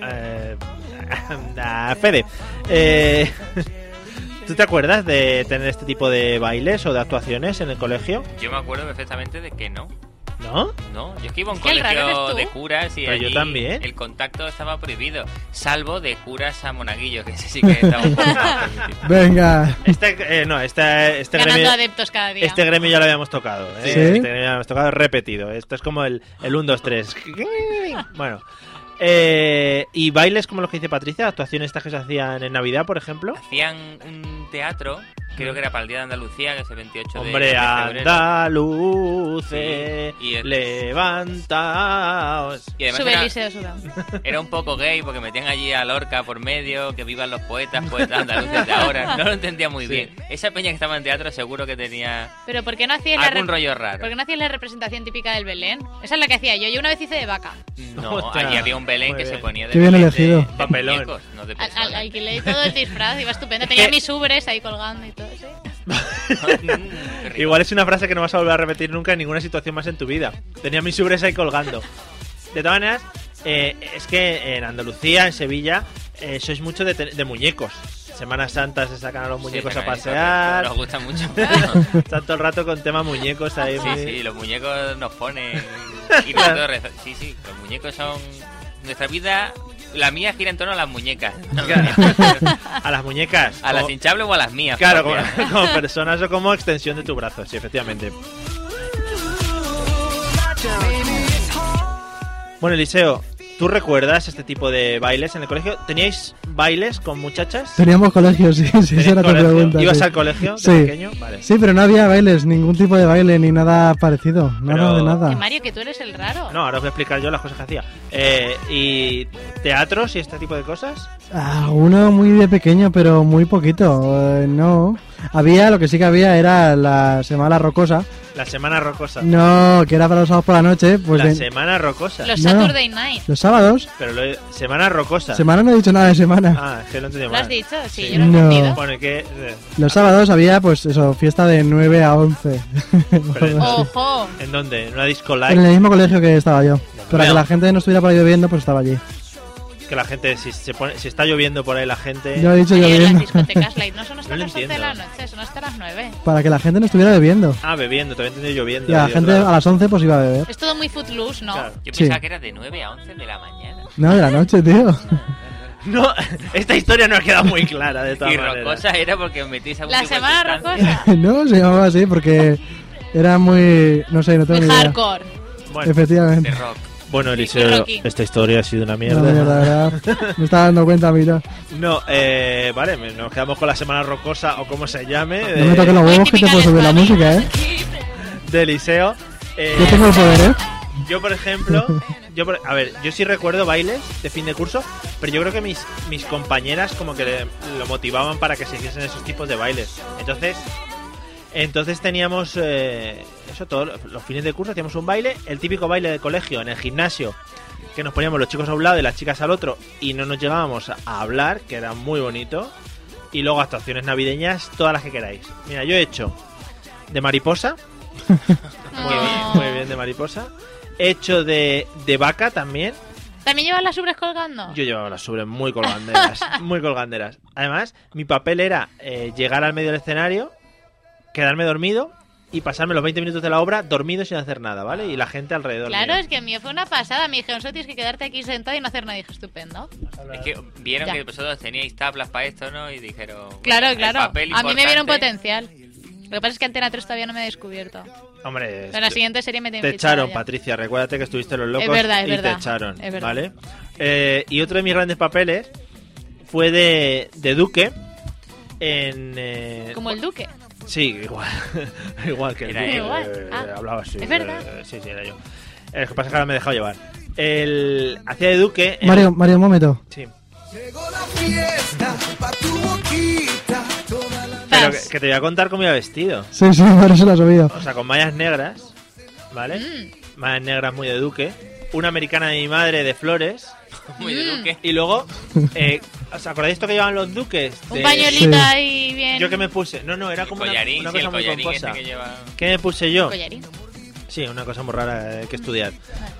A: Eh, anda, Fede, eh, ¿tú te acuerdas de tener este tipo de bailes o de actuaciones en el colegio?
C: Yo me acuerdo perfectamente de que no.
A: ¿No?
C: No, yo es que iba a un
B: Es que el raro
C: colegio
B: eres tú.
C: de curas y
A: Pero yo
C: allí
A: también.
C: el contacto estaba prohibido, salvo de curas a monaguillos, que ese sí que estaba un poco más prohibido.
D: Venga.
A: Este, eh, no, este, este
B: Ganando
A: gremio-
B: adeptos cada día.
A: Este gremio ya lo habíamos tocado, ¿eh?
D: Sí.
A: Este gremio ya lo habíamos tocado repetido. Esto es como el, el 1, 2, 3. Bueno. eh, ¿Y bailes como los que dice Patricia? ¿Actuaciones estas que se hacían en Navidad, por ejemplo?
C: Hacían un teatro, creo que era para el Día de Andalucía, que es el 28 de- de
A: Hombre,
C: febrero.
A: andaluce,
C: Sí, y el-
A: levantaos.
C: Y además
B: Sube
C: era,
B: Eliseo, sube.
C: era un poco gay porque metían allí a Lorca por medio, que vivan los poetas, poetas andaluces de ahora. No lo entendía muy
A: Sí.
C: bien. Esa peña que estaba en teatro seguro que tenía
B: Pero ¿por qué no hacías la
C: algún
B: rep-
C: rollo raro.
B: ¿Por qué no hacías la representación típica del Belén? Esa es la que hacía yo. Yo una vez hice de vaca.
C: No,
A: Hostia,
C: allí había un Belén
A: muy
C: que se
A: bien.
C: ponía de
D: Qué bien
C: Belén de-
D: elegido.
C: de
A: Papelón.
C: muñecos, no de
B: Al- al-
C: personas.
B: alquilé todo el disfraz, iba estupendo. Tenía mis ubres ahí colgando y todo. ¿sí?
D: Ah.
C: Mm, qué rico.
A: Igual es una frase que no vas a volver a repetir nunca en ninguna situación más en tu vida. Tenía mis sobres ahí colgando. De todas maneras, eh, es que en Andalucía, en Sevilla, eh, sois mucho de, te- de muñecos. Semanas Santas se sacan a los muñecos
C: Sí,
A: a
C: sacan eso,
A: pasear.
C: Nos gusta mucho.
A: Están todo el rato con tema muñecos ahí.
C: Sí,
A: muy-
C: sí, los muñecos nos ponen. Y nosotros reza- Sí, sí, los muñecos son. Nuestra vida, la mía gira en torno a las muñecas.
A: A las muñecas.
C: A las
A: como-
C: hinchables o a las mías.
A: Claro, como,
C: propias.
A: como personas o como extensión de tu brazo, sí, efectivamente. Bueno, Eliseo, ¿tú recuerdas este tipo de bailes en el colegio? ¿Teníais bailes con muchachas?
D: Teníamos colegios, sí, sí,
A: ¿Teníais
D: esa era tu
A: colegio?
D: pregunta.
A: ¿Ibas
D: sí.
A: al colegio de
D: Sí.
A: pequeño? Vale.
D: Sí, pero no había bailes, ningún tipo de baile ni nada parecido. Nada
A: Pero-
D: de
B: Que
D: nada.
B: Eh, Mario, que tú eres el raro.
A: No, ahora os voy a explicar yo las cosas que hacía. Eh, ¿Y teatros y este tipo de cosas?
D: Ah, uno muy de pequeño, pero muy poquito. eh, no. Había, lo que sí que había era la Semana Rocosa.
A: La Semana Rocosa.
D: No, que era para los sábados por la noche. Pues
A: la
D: en-
A: Semana Rocosa.
B: Los
D: No.
B: Saturday Night.
D: los sábados.
A: Pero lo he- Semana Rocosa.
D: Semana no he dicho nada de semana.
A: Ah, es que lo he entendido
B: ¿Lo has
A: mal.
B: dicho? Sí,
A: Sí.
B: yo lo he
D: No.
B: entendido.
A: Bueno, ¿y qué? eh,
D: Los sábados había, pues eso, fiesta de 9 a 11.
A: Pero-
B: ¡Ojo!
A: ¿En dónde? ¿En una disco live?
D: en el mismo colegio que estaba yo. Para que
A: Veo.
D: la gente no estuviera por ahí bebiendo, pues estaba allí.
A: Que la gente, si, se pone, si está lloviendo por ahí la gente...
D: Yo he dicho
B: Mario, en las
D: lloviendo.
B: discotecas light no son hasta
A: No lo
B: las 11 de la
A: entiendo.
B: noche, son hasta las 9.
D: Para que la gente no estuviera bebiendo.
A: Ah, bebiendo, también tiene lloviendo.
D: Y la
A: digo,
D: gente
A: claro.
D: a las 11 pues iba a beber.
B: Es todo muy footloose, ¿no?
A: Claro.
C: Yo
D: Sí.
C: pensaba que era de 9 a 11 de la mañana.
D: No, de la noche, tío.
A: No, esta historia no ha quedado muy clara de todas
C: Y
A: maneras.
C: Rocosa era porque metís a
B: La semana rocosa.
D: no, se llamaba así porque era muy. No sé, no tengo
B: Muy
D: ni idea.
B: hardcore.
A: Bueno,
D: Efectivamente.
C: De rock.
A: bueno,
B: muy
A: Eliseo,
B: rocky.
A: esta historia ha sido una mierda.
D: No, de verdad, de verdad. Me estaba dando cuenta, mira.
A: No, eh, vale, me- nos quedamos con la semana rocosa o como se llame
D: No me
A: de,
D: toques los
B: Muy
D: huevos que te
B: típica
D: puedo subir la
B: lesbiana.
D: música, ¿eh?
A: de Eliseo. Eh,
D: Yo tengo el poder, ¿eh?
A: Yo, por ejemplo, yo por- a ver, yo sí recuerdo bailes de fin de curso, pero yo creo que mis, mis compañeras como que le- lo motivaban para que se hiciesen esos tipos de bailes. Entonces, entonces teníamos eh, eso todos los fines de curso hacíamos un baile, el típico baile de colegio en el gimnasio, que nos poníamos los chicos a un lado y las chicas al otro y no nos llegábamos a- a hablar, que era muy bonito. Y luego actuaciones navideñas, todas las que queráis. Mira, yo he hecho de mariposa,
B: Mm.
A: muy bien,
B: No.
A: muy bien de mariposa. Hecho de, de vaca también.
B: ¿También llevas las ubres colgando?
A: Yo llevaba las sobres muy colganderas. muy colganderas. Además, mi papel era eh, llegar al medio del escenario, quedarme dormido y pasarme los 20 minutos de la obra dormido sin hacer nada, ¿vale? Y la gente alrededor.
B: Claro,
A: mío.
B: es que el mío fue una pasada. Me dijeron, solo tienes que quedarte aquí sentado y no hacer nada. Dije, estupendo.
C: Es que vieron
B: Ya.
C: que vosotros teníais tablas para esto, ¿no? Y dijeron. bueno,
B: Claro,
C: el
B: claro.
C: papel
B: A mí me vieron
C: importante-
B: potencial. Lo que pasa es que Antena 3 todavía no me he descubierto.
A: Hombre,
B: Pero en la
A: este-
B: siguiente serie me tienen
A: te
B: fichada
A: echaron,
B: ya.
A: Patricia. Recuérdate que estuviste en los locos
B: Es verdad, es
A: y
B: verdad,
A: te echaron,
B: es verdad.
A: ¿vale? Eh, y otro de mis grandes papeles fue de, de Duque en... eh,
B: Como el Duque.
A: Sí, igual. igual que el
C: Era
A: Duque,
B: él. Igual,
A: eh,
B: ah.
A: hablaba así.
B: Es verdad.
A: eh, sí, sí, era yo. Eh, Lo que pasa es que ahora me he dejado llevar. El hacía de Duque.
B: eh.
A: en-
D: Mario, Mario, un momento.
A: Sí.
E: Llegó la fiesta pa' tu boquita. Toda la
A: Pero que,
B: Zas.
A: que te voy a contar cómo iba vestido.
D: Sí, sí, por eso lo has oído.
A: O sea, con mallas negras, ¿vale?
C: Mm.
B: Mm.
A: Mallas negras muy de Duque. Una americana de mi madre de flores.
C: Muy de Duque.
A: Y luego, eh, ¿os acordáis esto que llevaban los duques?
B: Un
A: De-
B: pañuelito
D: Sí.
B: ahí bien.
A: Yo que me puse. No, no, era
C: El
A: como una,
C: collarín,
A: una
C: sí,
A: cosa
C: el
A: muy
C: collarín
A: pomposa.
C: ese que lleva.
A: ¿Qué me puse yo?
B: Collarín.
A: Sí, una cosa muy rara eh, que estudiar.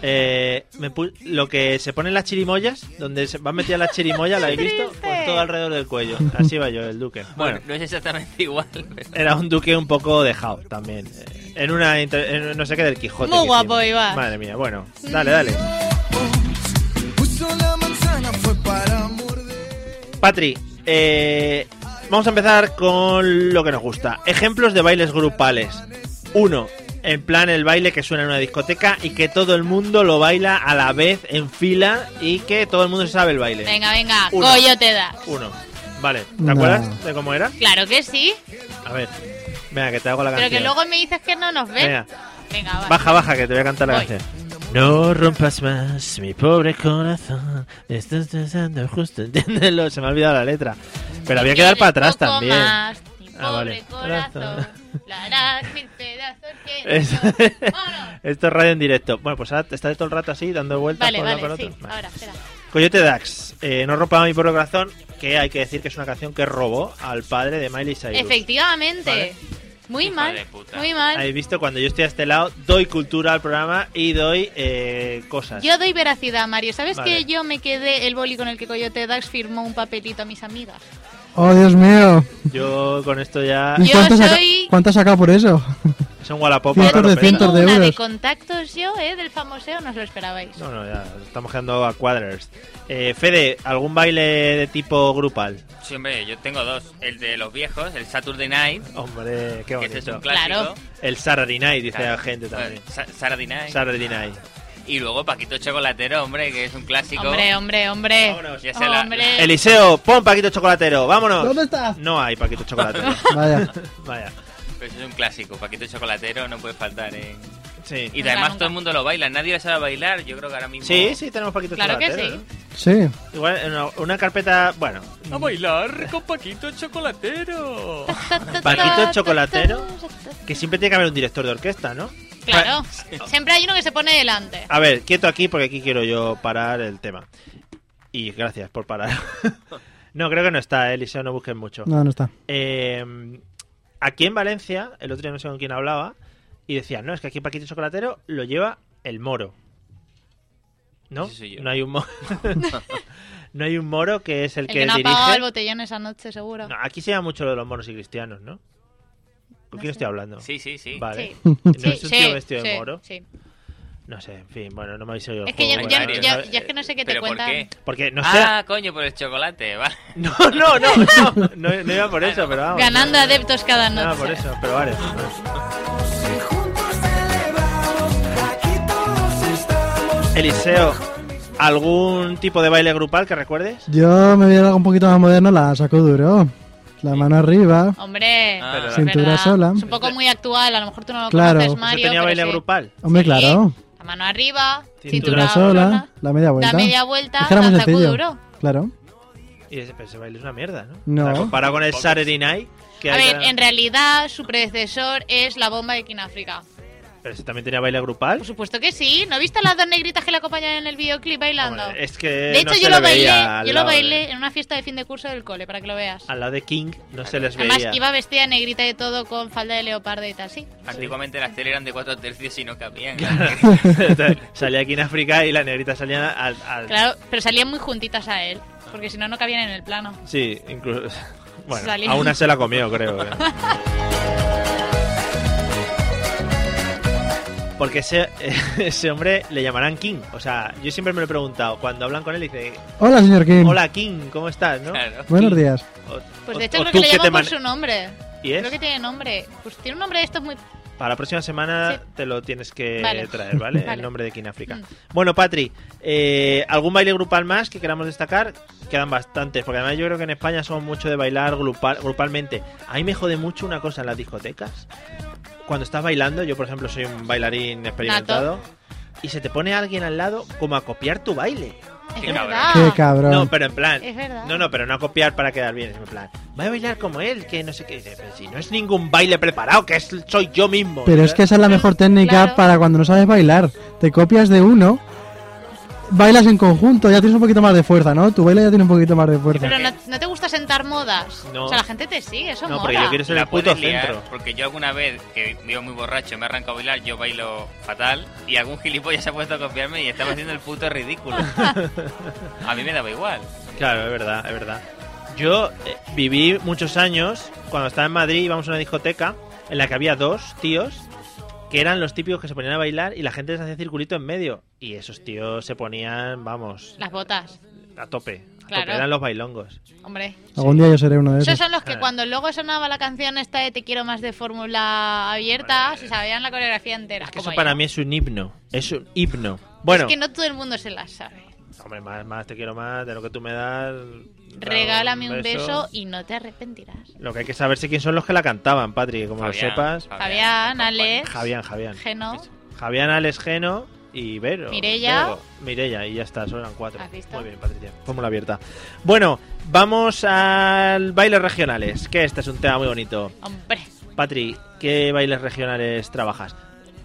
A: Eh, me pu- lo que se ponen las chirimoyas, donde se van metidas las chirimoyas, ¿la habéis visto? Pues todo alrededor del cuello. Así va yo, el duque. Bueno,
C: Bueno, no es exactamente igual. pero-
A: era un duque un poco dejado también. Eh, En una, inter- en no sé qué del Quijote.
B: Muy
A: que
B: guapo,
A: hicimos.
B: Ibar.
A: Madre mía, bueno, dale, dale.
E: Puso la manzana, fue para morder.
A: Patri, eh, vamos a empezar con lo que nos gusta. Ejemplos de bailes grupales. Uno, en plan el baile que suena en una discoteca y que todo el mundo lo baila a la vez en fila y que todo el mundo se sabe el baile.
B: Venga, venga.
A: Uno.
B: Coyote da.
A: Uno. Vale, ¿te
D: No.
A: acuerdas de cómo era?
B: Claro que sí.
A: A ver, venga, que te hago la
B: Pero
A: canción.
B: que luego me dices que no nos ven.
A: Venga,
B: Venga, va.
A: baja, baja, que te voy a cantar la
B: Voy.
A: canción. No rompas más mi pobre corazón. Estás pensando justo, entiéndelo. Se me ha olvidado la letra. Pero había que dar para atrás
B: Poco
A: también.
B: más, mi pobre
A: Ah, vale.
B: corazón. la harás mil pedazos que. no
A: Es-
B: son. Vámonos.
A: Esto es radio en directo. Bueno, pues ahora está todo el rato así, dando vueltas
B: Vale,
A: por un lado,
B: vale,
A: por
B: sí.
A: otro. Vale.
B: Ahora, espera.
A: Coyote Dax, eh, No rompa mi pobre corazón, que hay que decir que es una canción que robó al padre de Miley Cyrus.
B: Efectivamente.
A: Vale.
B: Muy
C: Hija
B: mal.
C: de puta.
B: Muy mal.
A: Habéis visto, cuando yo estoy a este lado, doy cultura al programa y doy eh, cosas.
B: Yo doy veracidad, Mario. ¿Sabes
A: Vale.
B: que yo me quedé el boli con el que Coyote Dax firmó un papelito a mis amigas?
D: Oh, Dios mío.
A: Yo con esto ya...
D: ¿Y
B: Yo
D: cuánto, saca-
B: soy-
D: cuento has sacado por eso?
A: Son Wallapop
D: Cientos
A: ahora lo
D: de
A: petan.
D: cientos.
B: Tengo
D: de
B: una de
D: euros.
B: contactos yo, ¿eh? Del famoseo, no os lo esperabais.
A: No, no, ya, estamos quedando a cuadras. Eh, Fede, ¿algún baile de tipo grupal?
C: Sí, hombre, yo tengo dos. El de los viejos, el Saturday Night,
A: Hombre, qué
C: que ese es
A: bonito.
C: un clásico.
B: Claro.
A: El Saturday Night, dice
C: Claro.
A: la gente también.
C: Bueno, Sa- Saturday Night.
A: Saturday Night.
C: y luego Paquito Chocolatero, hombre, que es un clásico. Pues
B: Hombre, hombre, hombre.
A: Vámonos,
C: ya se la-
B: Hombre.
A: Eliseo, pon Paquito Chocolatero, vámonos.
D: ¿Dónde está?
A: No hay Paquito Chocolatero.
D: Vaya.
A: Vaya.
C: Pero eso pues es un clásico. Paquito Chocolatero no puede faltar, ¿eh?
A: Sí.
C: Y
B: Nunca,
C: además
B: nunca.
C: todo el mundo lo baila. Nadie lo sabe bailar. Yo creo que ahora mismo.
A: Sí, sí, tenemos Paquito
B: Claro que
A: Chocolatero.
B: sí.
D: Sí.
A: ¿no? Igual en una, una carpeta, bueno.
C: A bailar con Paquito Chocolatero.
A: Paquito Chocolatero, que siempre tiene que haber un director de orquesta, ¿no?
B: Claro.
A: Pues,
B: Siempre hay uno que se pone delante.
A: A ver, quieto aquí porque aquí quiero yo parar el tema. Y gracias por parar. no, creo que no está, eh, Eliseo, no busquen mucho.
D: No, no está.
A: Eh, aquí en Valencia, el otro día no sé con quién hablaba, y decía, no, es que aquí Paquito Chocolatero lo lleva el moro. ¿No?
C: Ese soy yo.
A: No hay un moro. no hay un moro que es el,
B: El que no ha
A: dirige.
B: pagado el botellón esa noche, seguro.
A: No, aquí se llama mucho lo de los moros y cristianos, ¿no? ¿Con quién
B: No sé.
A: estoy hablando?
C: Sí, sí, sí.
A: Vale.
B: Sí.
A: No es un tío
B: sí,
A: vestido de
B: sí,
A: moro.
B: sí.
A: No sé, en fin, bueno, no me habéis oído. el
B: Es que
A: juego,
B: yo,
A: bueno,
B: yo-
C: Mario,
B: yo-
A: ¿sabes?
B: yo es que no sé qué te
C: ¿Pero por
B: cuentan.
C: qué?
A: Porque no sé.
C: Ah, coño, por el chocolate, va.
A: No, no, no, no, no, no iba por eso, pero vamos.
B: Ganando adeptos cada
A: No iba
B: noche.
A: Ah, por eso, pero vale. vale.
E: Y juntos celebramos, aquí todos estamos.
A: Eliseo, ¿algún tipo de baile grupal que recuerdes?
D: Yo me voy a algo un poquito más moderno, la saco duro. La mano arriba.
B: Hombre,
C: Ah,
B: es
D: Cintura
B: verdad.
D: sola.
B: Es un poco muy actual, a lo mejor tú no lo
D: Claro.
B: conoces,
D: Eso
A: ¿Eso
B: Mario.
A: tenía
B: pero
A: baile
B: sí.
A: grupal?
D: Hombre,
B: Sí,
D: claro.
B: La mano arriba,
A: Cintura
D: Cintura
B: cintura,
D: sola, la media vuelta.
B: La media vuelta,
D: Es que era muy
B: danza
D: sencillo.
B: kuduro.
D: Claro.
A: Y ese, pero ese baile es una mierda, ¿no?
D: No.
A: O sea, comparado con el Saturday Night. Que
B: A
A: hay-
B: ver, en realidad su predecesor es la bomba de Kináfrica.
A: Pero ese también tenía baile grupal.
B: Por supuesto que sí. ¿No viste a las dos negritas que la acompañan en el videoclip bailando?
A: Hombre, Es que.
B: de hecho,
A: no se
B: yo,
A: le
B: lo bailé,
A: veía al
B: yo lo
A: lado de-
B: bailé en una fiesta de fin de curso del cole, para que lo veas.
A: al lado de King no se les
B: Además,
A: veía.
B: iba vestida de negrita y todo con falda de leopardo y tal, sí.
C: Antiguamente las tele eran de cuatro tercios y no cabían.
A: salía aquí en África y la negrita salía al. al-
B: Claro, pero salían muy juntitas a él, porque si no, no cabían en el plano.
A: Sí, incluso. Bueno,
B: Salía.
A: a una se la comió, creo. ¿eh? Porque ese, ese hombre le llamarán King. O sea, yo siempre me lo he preguntado. Cuando hablan con él, dice:
D: Hola, señor Kim.
A: Hola, King, ¿cómo estás? ¿no?
C: Claro.
D: Buenos
A: Kim.
D: días.
A: O-
B: Pues
A: o-
B: de hecho,
A: o
B: creo
A: tú
B: que le
A: te
B: llaman por
A: man-
B: su nombre.
A: ¿Y es?
B: Creo que tiene nombre. Pues tiene un nombre de estos muy.
A: Para la próxima semana
B: Sí.
A: te lo tienes que
B: Vale.
A: traer, ¿vale? El
B: Vale.
A: nombre de King África.
B: Mm.
A: Bueno, Patri, eh, ¿algún baile grupal más que queramos destacar? Quedan bastantes, porque además yo creo que en España somos mucho de bailar grupal- grupalmente. A mí me jode mucho una cosa en las discotecas. Cuando estás bailando, yo por ejemplo soy un bailarín experimentado, y se te pone alguien al lado como a copiar tu baile.
B: Es
C: Qué cabrón.
B: verdad.
D: Qué cabrón.
A: No, pero en plan...
B: Es verdad.
A: No, no, pero no a copiar para quedar bien, es en plan... Va a bailar como él, que no sé qué... Dice, Pero si no es ningún baile preparado, que es, soy yo mismo.
D: Pero es que esa es la
B: Pero,
D: mejor técnica
B: claro.
D: para cuando no sabes bailar. Te copias de uno, bailas en conjunto, ya tienes un poquito más de fuerza, ¿no? Tu baile ya tiene un poquito más de fuerza.
B: Pero no, no te gusta sentar modas.
A: No.
B: O sea, la gente te sigue, eso
A: No,
B: mola.
A: porque yo quiero ser
C: La
A: el puto
C: puedes liar,
A: centro.
C: Porque yo alguna vez que vivo muy borracho me arranco a bailar, yo bailo fatal y algún gilipollas se ha puesto a copiarme y estaba haciendo el puto ridículo. a mí me daba igual.
A: Claro, es verdad, es verdad. Yo eh, viví muchos años, cuando estaba en Madrid íbamos a una discoteca en la que había dos tíos que eran los típicos que se ponían a bailar y la gente les hacía circulito en medio. Y esos tíos se ponían, vamos,
B: Las botas,
A: a tope. A
B: Claro.
A: tope, eran los bailongos.
B: hombre.
D: Algún día yo seré uno de
B: Esos
D: esos.
B: son los que
A: Claro.
B: cuando luego sonaba la canción esta de Te quiero más de fórmula abierta, se sabían la coreografía entera.
A: Es que
B: como
A: eso
B: yo.
A: para mí es un himno. Es un himno. Bueno,
B: Es que no todo el mundo se la sabe.
A: hombre, más, más te quiero más de lo que tú me das. da
B: Regálame un beso y no te arrepentirás.
A: Lo que hay que saber es quién son los que la cantaban, Patri, que como lo sepas.
B: Fabián, Alex,
A: Javián, Javián.
B: Geno,
A: Javián, Alex, Geno y Vero.
B: Mirella.
A: Vero. Mirella, y ya está, solo eran cuatro.
B: ¿Has visto?
A: Muy bien, Patricia. Fórmula abierta. Bueno, vamos al bailes regionales, que este es un tema muy bonito.
B: hombre.
A: Patri, ¿qué bailes regionales trabajas?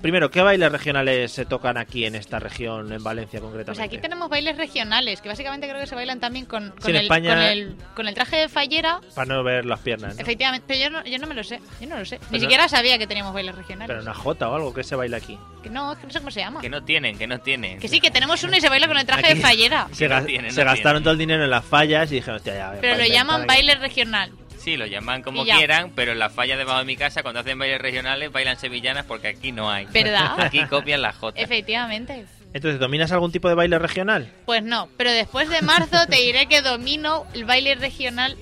A: Primero, ¿qué bailes regionales se tocan aquí en esta región, en Valencia
B: Pues
A: concretamente?
B: aquí tenemos bailes regionales, que básicamente creo que se bailan también con, con,
A: en
B: el,
A: España-
B: con, el, con el traje de fallera.
A: Para no ver las piernas, ¿no?
B: Efectivamente, pero yo no, yo no me lo sé, yo no lo sé. Ni
A: Pero-
B: siquiera sabía que teníamos bailes regionales.
A: Pues Pero una jota o algo que se baila aquí.
B: Que no, es que no sé cómo se llama.
C: Que no tienen, que no tienen.
B: Que sí, que tenemos uno y se baila con el traje
A: Aquí-
B: de fallera.
A: Se,
C: Ah, no
A: ga-
C: tiene, no
A: se gastaron
C: tiene.
A: todo el dinero en las fallas y dijeron, hostia, ya.
B: Pero
A: para
B: lo
A: inventar
B: llaman
A: aquí.
B: baile regional.
C: Sí, lo llaman como
B: Y ya.
C: quieran, pero en la falla debajo de mi casa, cuando hacen bailes regionales, bailan sevillanas porque aquí no hay.
B: ¿Verdad?
C: Aquí copian las jotas.
B: Efectivamente.
A: Entonces, ¿dominas algún tipo de baile regional?
B: Pues no, pero después de marzo te diré que domino el baile regional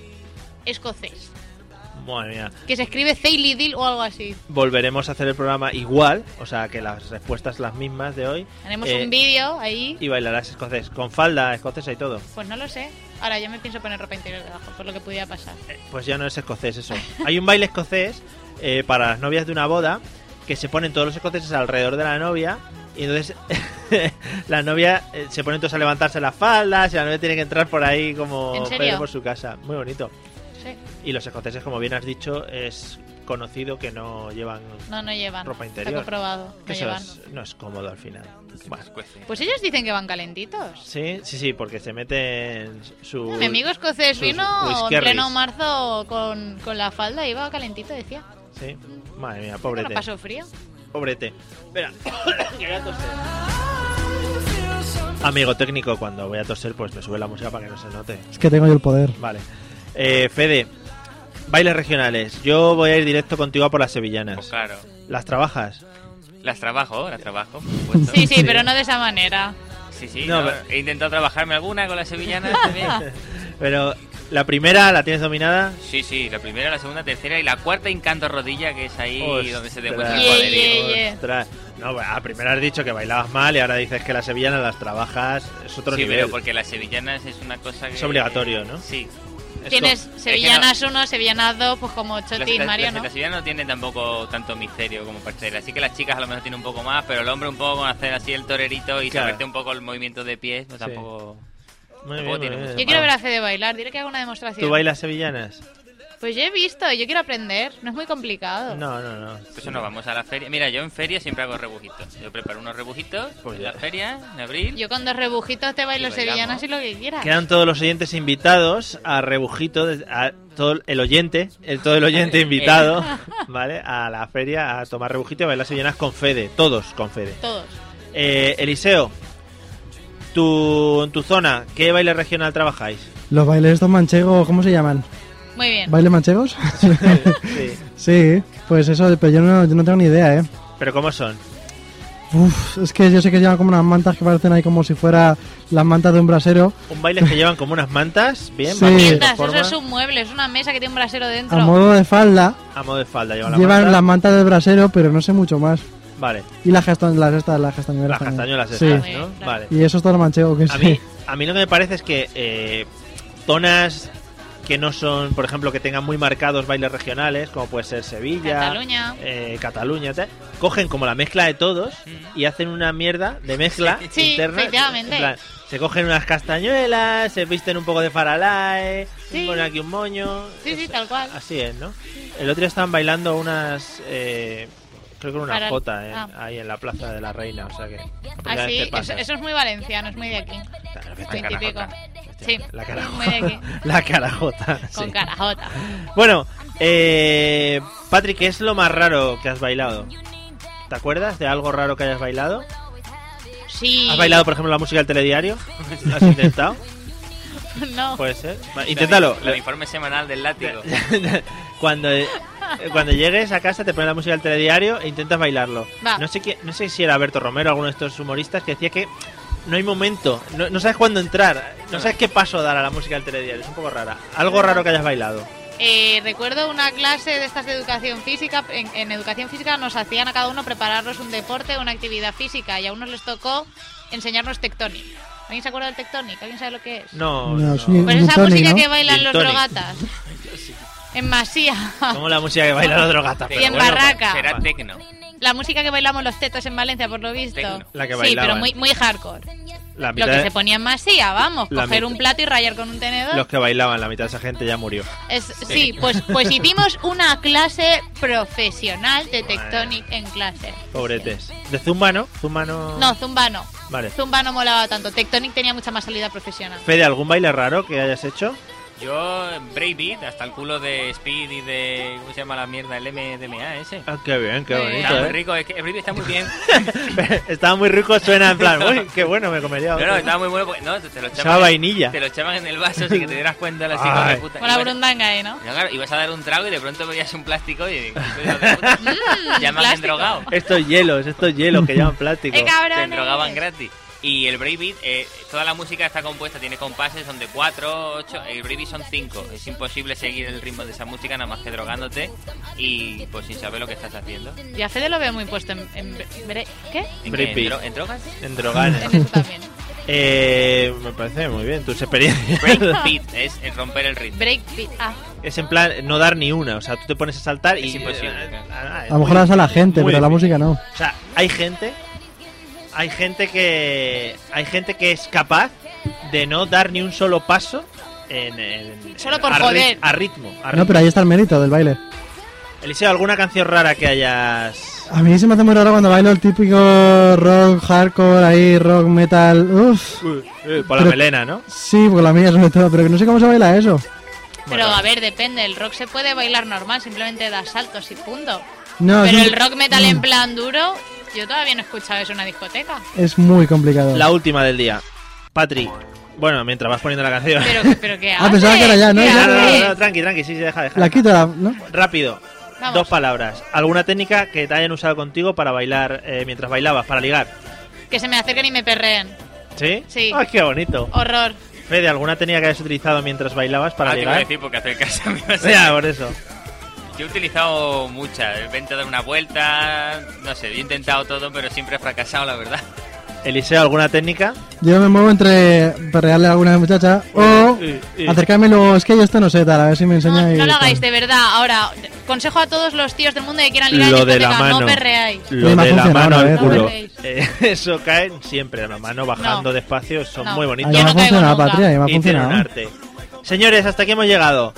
B: escocés.
A: Madre mía.
B: Que se escribe Ceylidil o algo así.
A: volveremos a hacer el programa igual, o sea que las respuestas las mismas de hoy.
B: Tenemos
A: Eh,
B: un vídeo ahí.
A: Y bailarás escocés, con falda escocesa y todo.
B: Pues no lo sé. Ahora yo me pienso poner ropa interior debajo, por lo que pudiera pasar.
A: Eh, Pues ya no es escocés eso. Hay un baile escocés eh, para las novias de una boda que se ponen todos los escoceses alrededor de la novia y entonces la novia eh, se ponen todos a levantarse las faldas y la novia tiene que entrar por ahí como
B: ¿En serio?
A: Pedro por su casa. Muy bonito.
B: Sí.
A: Y los escoceses, como bien has dicho, es conocido que no llevan...
B: No, no llevan.
A: Ropa interior.
B: Está comprobado.
A: que
B: No
A: eso
B: llevan.
A: es- no es cómodo al final. Bueno.
C: Escuece.
B: Pues ellos dicen que van calentitos.
A: Sí, sí, sí, porque se meten su...
B: Mi amigo escocés
A: sus
B: vino en
A: whiskerries.
B: pleno marzo con, con la falda, iba calentito, decía.
A: Sí. Madre mía,
B: ¿Por qué
A: pobrete.
B: no pasó frío?
A: Pobrete. Espera, que voy a toser. Amigo técnico, cuando voy a toser, pues me sube la música para que no se note.
D: Es que tengo yo el poder.
A: Vale. Eh, Fede, bailes regionales. Yo voy a ir directo contigo a por las
C: Pues
A: sevillanas.
C: claro.
A: ¿Las trabajas?
C: Las trabajo, las trabajo, por supuesto.
B: Sí, sí, pero no de esa manera.
C: Sí, sí,
A: No,
C: no,
A: pero-
C: he intentado trabajarme alguna con las sevillanas también.
A: Pero la primera la tienes dominada.
C: Sí, sí, la primera, la segunda, tercera y la cuarta encanto rodilla, que es ahí donde se demuestra el
B: Yeah,
C: poderío.
B: yeah, yeah.
A: Ostras. No, bueno, a primera has dicho que bailabas mal y ahora dices que las sevillanas las trabajas. Es otro
C: sí,
A: nivel.
C: pero porque las sevillanas es una cosa que...
A: Es obligatorio, ¿no?
C: Sí.
A: Es
B: Tienes
A: co-
B: sevillanas 1, sevillanas 2, pues como
C: Las,
B: Chotín,
C: las-
B: Mario,
C: las-
B: ¿no?
C: las sevillanas no tienen tampoco tanto misterio como parcela, así que las chicas a lo mejor tienen un poco más, pero el hombre un poco con hacer así el torerito y
A: Claro.
C: saberte un poco el movimiento de pies, no
A: Sí.
C: tampoco...
A: Muy bien,
C: tampoco
A: muy
C: tiene
A: bien.
C: mucho
B: Yo quiero ver a Fede bailar, diré que haga una demostración.
A: ¿Tú bailas sevillanas?
B: Pues yo he visto, yo quiero aprender, no es muy complicado.
A: No, no, no.
C: Pues nos vamos a la feria. Mira, yo en feria siempre hago rebujitos. Yo preparo unos rebujitos
A: Pues
C: en
A: ya.
C: la feria, en abril.
B: Yo con dos rebujitos te bailo
C: Y bailamos.
B: sevillanas y lo que quieras.
A: Quedan todos los oyentes invitados a Rebujito, a todo el oyente, el, todo el oyente invitado,
C: Eh.
A: ¿vale? A la feria a tomar Rebujito y a bailar sevillanas con Fede, todos con Fede.
B: Todos.
A: Eh, Eliseo, tu, en tu zona, ¿qué baile regional trabajáis?
D: Los bailes estos manchegos, ¿cómo se llaman?
B: Muy bien.
D: ¿Bailes manchegos?
A: Sí.
D: sí, pues eso, pero yo no, yo no tengo ni idea, ¿eh?
A: ¿Pero cómo son?
D: Uf, es que yo sé que llevan como unas mantas que parecen ahí como si fuera las mantas de un brasero.
A: ¿Un baile que llevan como unas mantas? Bien,
D: Sí.
A: vamos, de
D: Mantas,
B: Mientras,
A: forma,
B: eso es un mueble, es una mesa que tiene un brasero dentro.
D: A modo de falda,
A: A modo de falda llevan la
D: llevan
A: manta.
D: las mantas del brasero, pero no sé mucho más.
A: Vale,
D: Y las castañuelas estas, las castañuelas.
A: las
D: también.
A: castañuelas
D: Sí.
A: estas,
B: Sí.
A: ¿no?
B: Claro.
A: Vale.
D: Y eso es todo lo manchego que
A: Ah, A
D: sí.
A: mí, a mí lo que me parece es que eh, zonas que no son, por ejemplo, que tengan muy marcados bailes regionales, como puede ser Sevilla,
B: Cataluña.
A: eh, Cataluña, tal, cogen como la mezcla de todos y hacen una mierda de mezcla
B: Mm. Sí,
A: interna.
B: efectivamente.
A: En plan, se cogen unas castañuelas, se visten un poco de faralae,
B: Sí.
A: ponen aquí un moño.
B: Sí, sí,
A: Es-
B: tal cual.
A: Así es, ¿no? El otro día estaban bailando unas. eh, creo que era una
B: Faral-
A: jota eh,
B: ah.
A: ahí en la Plaza de la Reina, o sea que.
B: Ah,
A: ya
B: sí,
A: te
B: eso,
A: pasas.
B: eso es muy valenciano, es muy de aquí.
A: Claro que está
B: Muy
A: en
B: típico.
A: Carajota.
B: Sí,
A: La
B: muy de aquí.
A: carajota. La carajota.
B: Con
A: sí.
B: carajota.
A: Bueno, eh, Patrick, ¿qué es lo más raro que has bailado? ¿Te acuerdas de algo raro que hayas bailado?
B: Sí.
A: ¿Has bailado, por ejemplo, la música del telediario? ¿Has intentado?
B: No.
A: Puede ser. Va,
C: La-
A: Inténtalo.
C: El informe semanal del látigo.
A: Cuando, eh, cuando llegues a casa te ponen la música del telediario e intentas bailarlo.
B: Va.
A: No sé qué, no sé si era Alberto Romero, alguno de estos humoristas, que decía que no hay momento, no, no sabes cuándo entrar, no sabes qué paso dar a la música del telediario, es un poco rara. Algo raro que hayas bailado.
B: Eh, recuerdo una clase de estas de educación física. En, en educación física nos hacían a cada uno prepararnos un deporte, una actividad física, y a unos les tocó enseñarnos tectónic. ¿Alguien se acuerda del tectónic? ¿Alguien sabe lo que es?
A: No,
D: No,
A: no.
D: sí.
B: Pues esa
D: Tectónic,
B: música
D: ¿no?
B: que bailan los
A: Tectónic.
B: drogatas. En masía.
A: Como la música que bailan los drogatas.
C: Pero
A: pero
B: en
A: bueno,
B: barraca.
C: Será tecno.
B: La música que bailamos los tetos en Valencia, por lo visto.
C: Tecno.
A: La que
B: sí, pero
A: bailaban.
B: muy, muy hardcore.
A: la
B: Lo
A: mitad
B: que
A: de-
B: se ponía en masía, vamos,
A: La
B: coger
A: mitad.
B: un plato y rayar con un tenedor.
A: los que bailaban, la mitad de esa gente ya murió.
B: Es- sí, pues, pues hicimos una clase profesional de
A: Bueno.
B: Tectonic en clase.
A: Pobretes. De Zumba, ¿no? Zumba no.
B: No, Zumba no.
A: Vale.
B: Zumba no molaba tanto. Tectonic tenía mucha más salida profesional.
A: Fede, ¿algún baile raro que hayas hecho?
C: Yo, Brave Beat, hasta el culo de Speed y de... ¿Cómo se llama la mierda? El MDMA ese.
A: Ah, qué bien, qué
B: Sí.
A: bonito.
C: Está muy
A: ¿eh?
C: rico, es que el Brave Beat está muy bien.
A: Estaba muy rico, suena en plan, uy, qué bueno, me comería.
C: No,
A: otro".
C: no, estaba muy bueno porque... No, te, te lo echaban...
A: Esa vainilla.
C: Te lo echaban en el vaso así que te dieras cuenta la
A: Ay.
C: hijos de puta.
B: Con la
C: Ibas-
B: brundanga ahí, ¿no?
C: No, claro, ibas a dar un trago y de pronto veías un plástico y... hijos de puta, Ya me han
B: plástico.
C: drogado.
A: Estos hielos, estos hielos que llevan plástico.
B: ¡Eh,
C: Te
B: cabrón!
C: drogaban gratis. Y el Brave Beat, eh, toda la música está compuesta, tiene compases, son de 4, 8, el Brave Beat son 5. Es imposible seguir el ritmo de esa música nada más que drogándote y pues sin saber lo que estás haciendo.
B: Y a Fede lo veo muy puesto en... en bre- ¿Qué?
C: ¿En,
A: Brave
C: qué? ¿En
A: Beat.
C: dro- en drogas?
A: En
B: En
A: droganes.
B: eso también.
A: Eh, me parece muy bien tus experiencias.
C: Brave Beat es el romper el ritmo.
B: Breakbeat. Ah,
A: Es en plan, no dar ni una. O sea, tú te pones a saltar y.
C: Es imposible, claro.
A: Ah, es
D: A lo mejor
A: muy-
D: las a la gente,
A: muy
D: pero la
A: difícil.
D: música no.
A: O sea, hay gente. Hay gente que. Hay gente que es capaz de no dar ni un solo paso en. en-
B: Solo
A: en-
B: por
A: a ri-
B: joder.
A: A ritmo. a
D: No,
A: ritmo.
D: pero ahí está el mérito del baile.
A: Eliseo, ¿alguna canción rara que hayas.
D: A mí se me hace muy raro cuando bailo el típico rock, hardcore, ahí, rock, metal. Uff.
A: por la
D: Pero-
A: melena, ¿no?
D: Sí, pues la mía sobre todo, pero que no sé cómo se baila eso.
B: pero
A: Bueno.
B: a ver, depende. El rock se puede bailar normal, simplemente da saltos y punto.
D: No,
B: Pero
D: es-
B: el rock metal en
D: Mm,
B: plan duro, yo todavía no he escuchado eso en una discoteca.
D: Es muy complicado.
A: La última del día. Patrick. Bueno, mientras vas poniendo la canción.
B: Pero, pero ¿qué
D: Ah, pensaba que era ya, ¿no?
B: ¿Qué
A: No,
D: Ya,
A: no, no,
B: haces?
A: no, tranqui, tranqui, sí, sí, deja, deja.
D: La quito, la- ¿no?
A: Rápido.
B: Vamos.
A: Dos palabras. ¿Alguna técnica que te hayan usado contigo para bailar eh, mientras bailabas, para ligar?
B: Que se me acerquen y me perreen.
A: ¿Sí?
B: Sí.
A: ¡Ay, qué bonito!
B: Horror.
A: Fede, ¿alguna técnica que hayas utilizado mientras bailabas para
C: Ah, te iba a
A: ligar?
C: decir porque acercarse a mí. no sé.
A: Ya, por eso.
C: Yo he utilizado eh, muchas. Vente a dar una vuelta. No sé, yo he intentado todo, pero siempre he fracasado, la verdad.
A: Eliseo, ¿alguna técnica?
D: Yo me muevo entre perrearle a alguna muchacha o
A: Eh, eh.
D: acercarme y luego, es que yo esto no sé, tal, a ver si me enseña.
B: No,
D: y
B: no lo
D: tal".
B: hagáis, de verdad. Ahora, consejo a todos los tíos del mundo que quieran ligar en
A: Lo de la
B: discoteca,
A: mano.
B: no perreáis.
A: Lo
D: Sí, Pues me ha
A: de la
D: funcionado
A: mano
D: una
A: al
D: vez,
A: culo.
B: ¿eh?
A: Eh, eso caen siempre a la mano, bajando
B: No.
A: despacio, son
B: No.
A: muy
D: Ahí
A: bonitos.
D: me
B: Yo
D: ha
B: no caigo
D: funcionado,
B: nunca.
D: Patria, ahí me ha
A: y tiene un
D: funcionado.
A: arte. Señores, hasta aquí hemos llegado.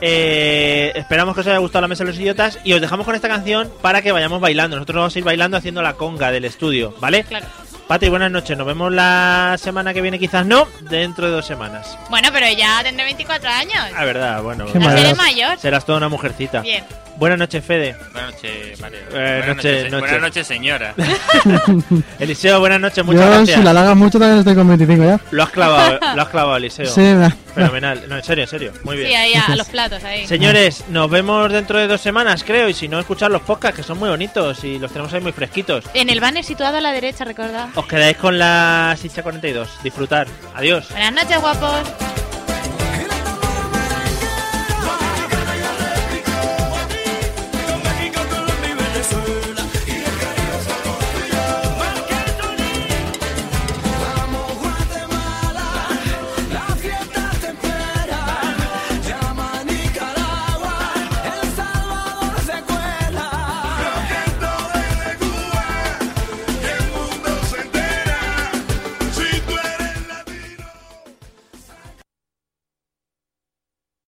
A: Eh, esperamos que os haya gustado la mesa de los idiotas y os dejamos con esta canción para que vayamos bailando. Nosotros vamos a ir bailando haciendo la conga del estudio, ¿vale?
B: Claro.
A: Patri, buenas noches. Nos vemos la semana que viene, quizás no, dentro de dos semanas.
B: Bueno, pero ya tendré 24 años.
A: Ah, verdad, bueno.
D: Qué
B: Ya
A: bueno.
D: mal.
B: seré
D: maravilla.
B: mayor.
A: Serás toda una mujercita.
B: Bien.
A: Buenas noches, Fede.
C: Buenas noches, Mario.
A: noche,
C: buenas, noches, se-
A: noche.
C: buenas noches, señora.
A: Eliseo, buenas noches, muchas
D: Yo,
A: gracias.
D: si la alargas mucho, también estoy con 25 ya.
A: Lo has clavado, lo has clavado, Eliseo.
D: Sí, me-
A: Fenomenal. No, en serio, en serio. Muy bien.
B: Sí, ahí a, a los platos, ahí.
A: Señores, nos vemos dentro de dos semanas, creo, y si no, escuchar los podcasts, que son muy bonitos y los tenemos ahí muy fresquitos.
B: En el banner situado a la derecha, recordad.
A: Os quedáis con la Sicha 42. Disfrutar. Adiós.
B: Buenas noches, guapos.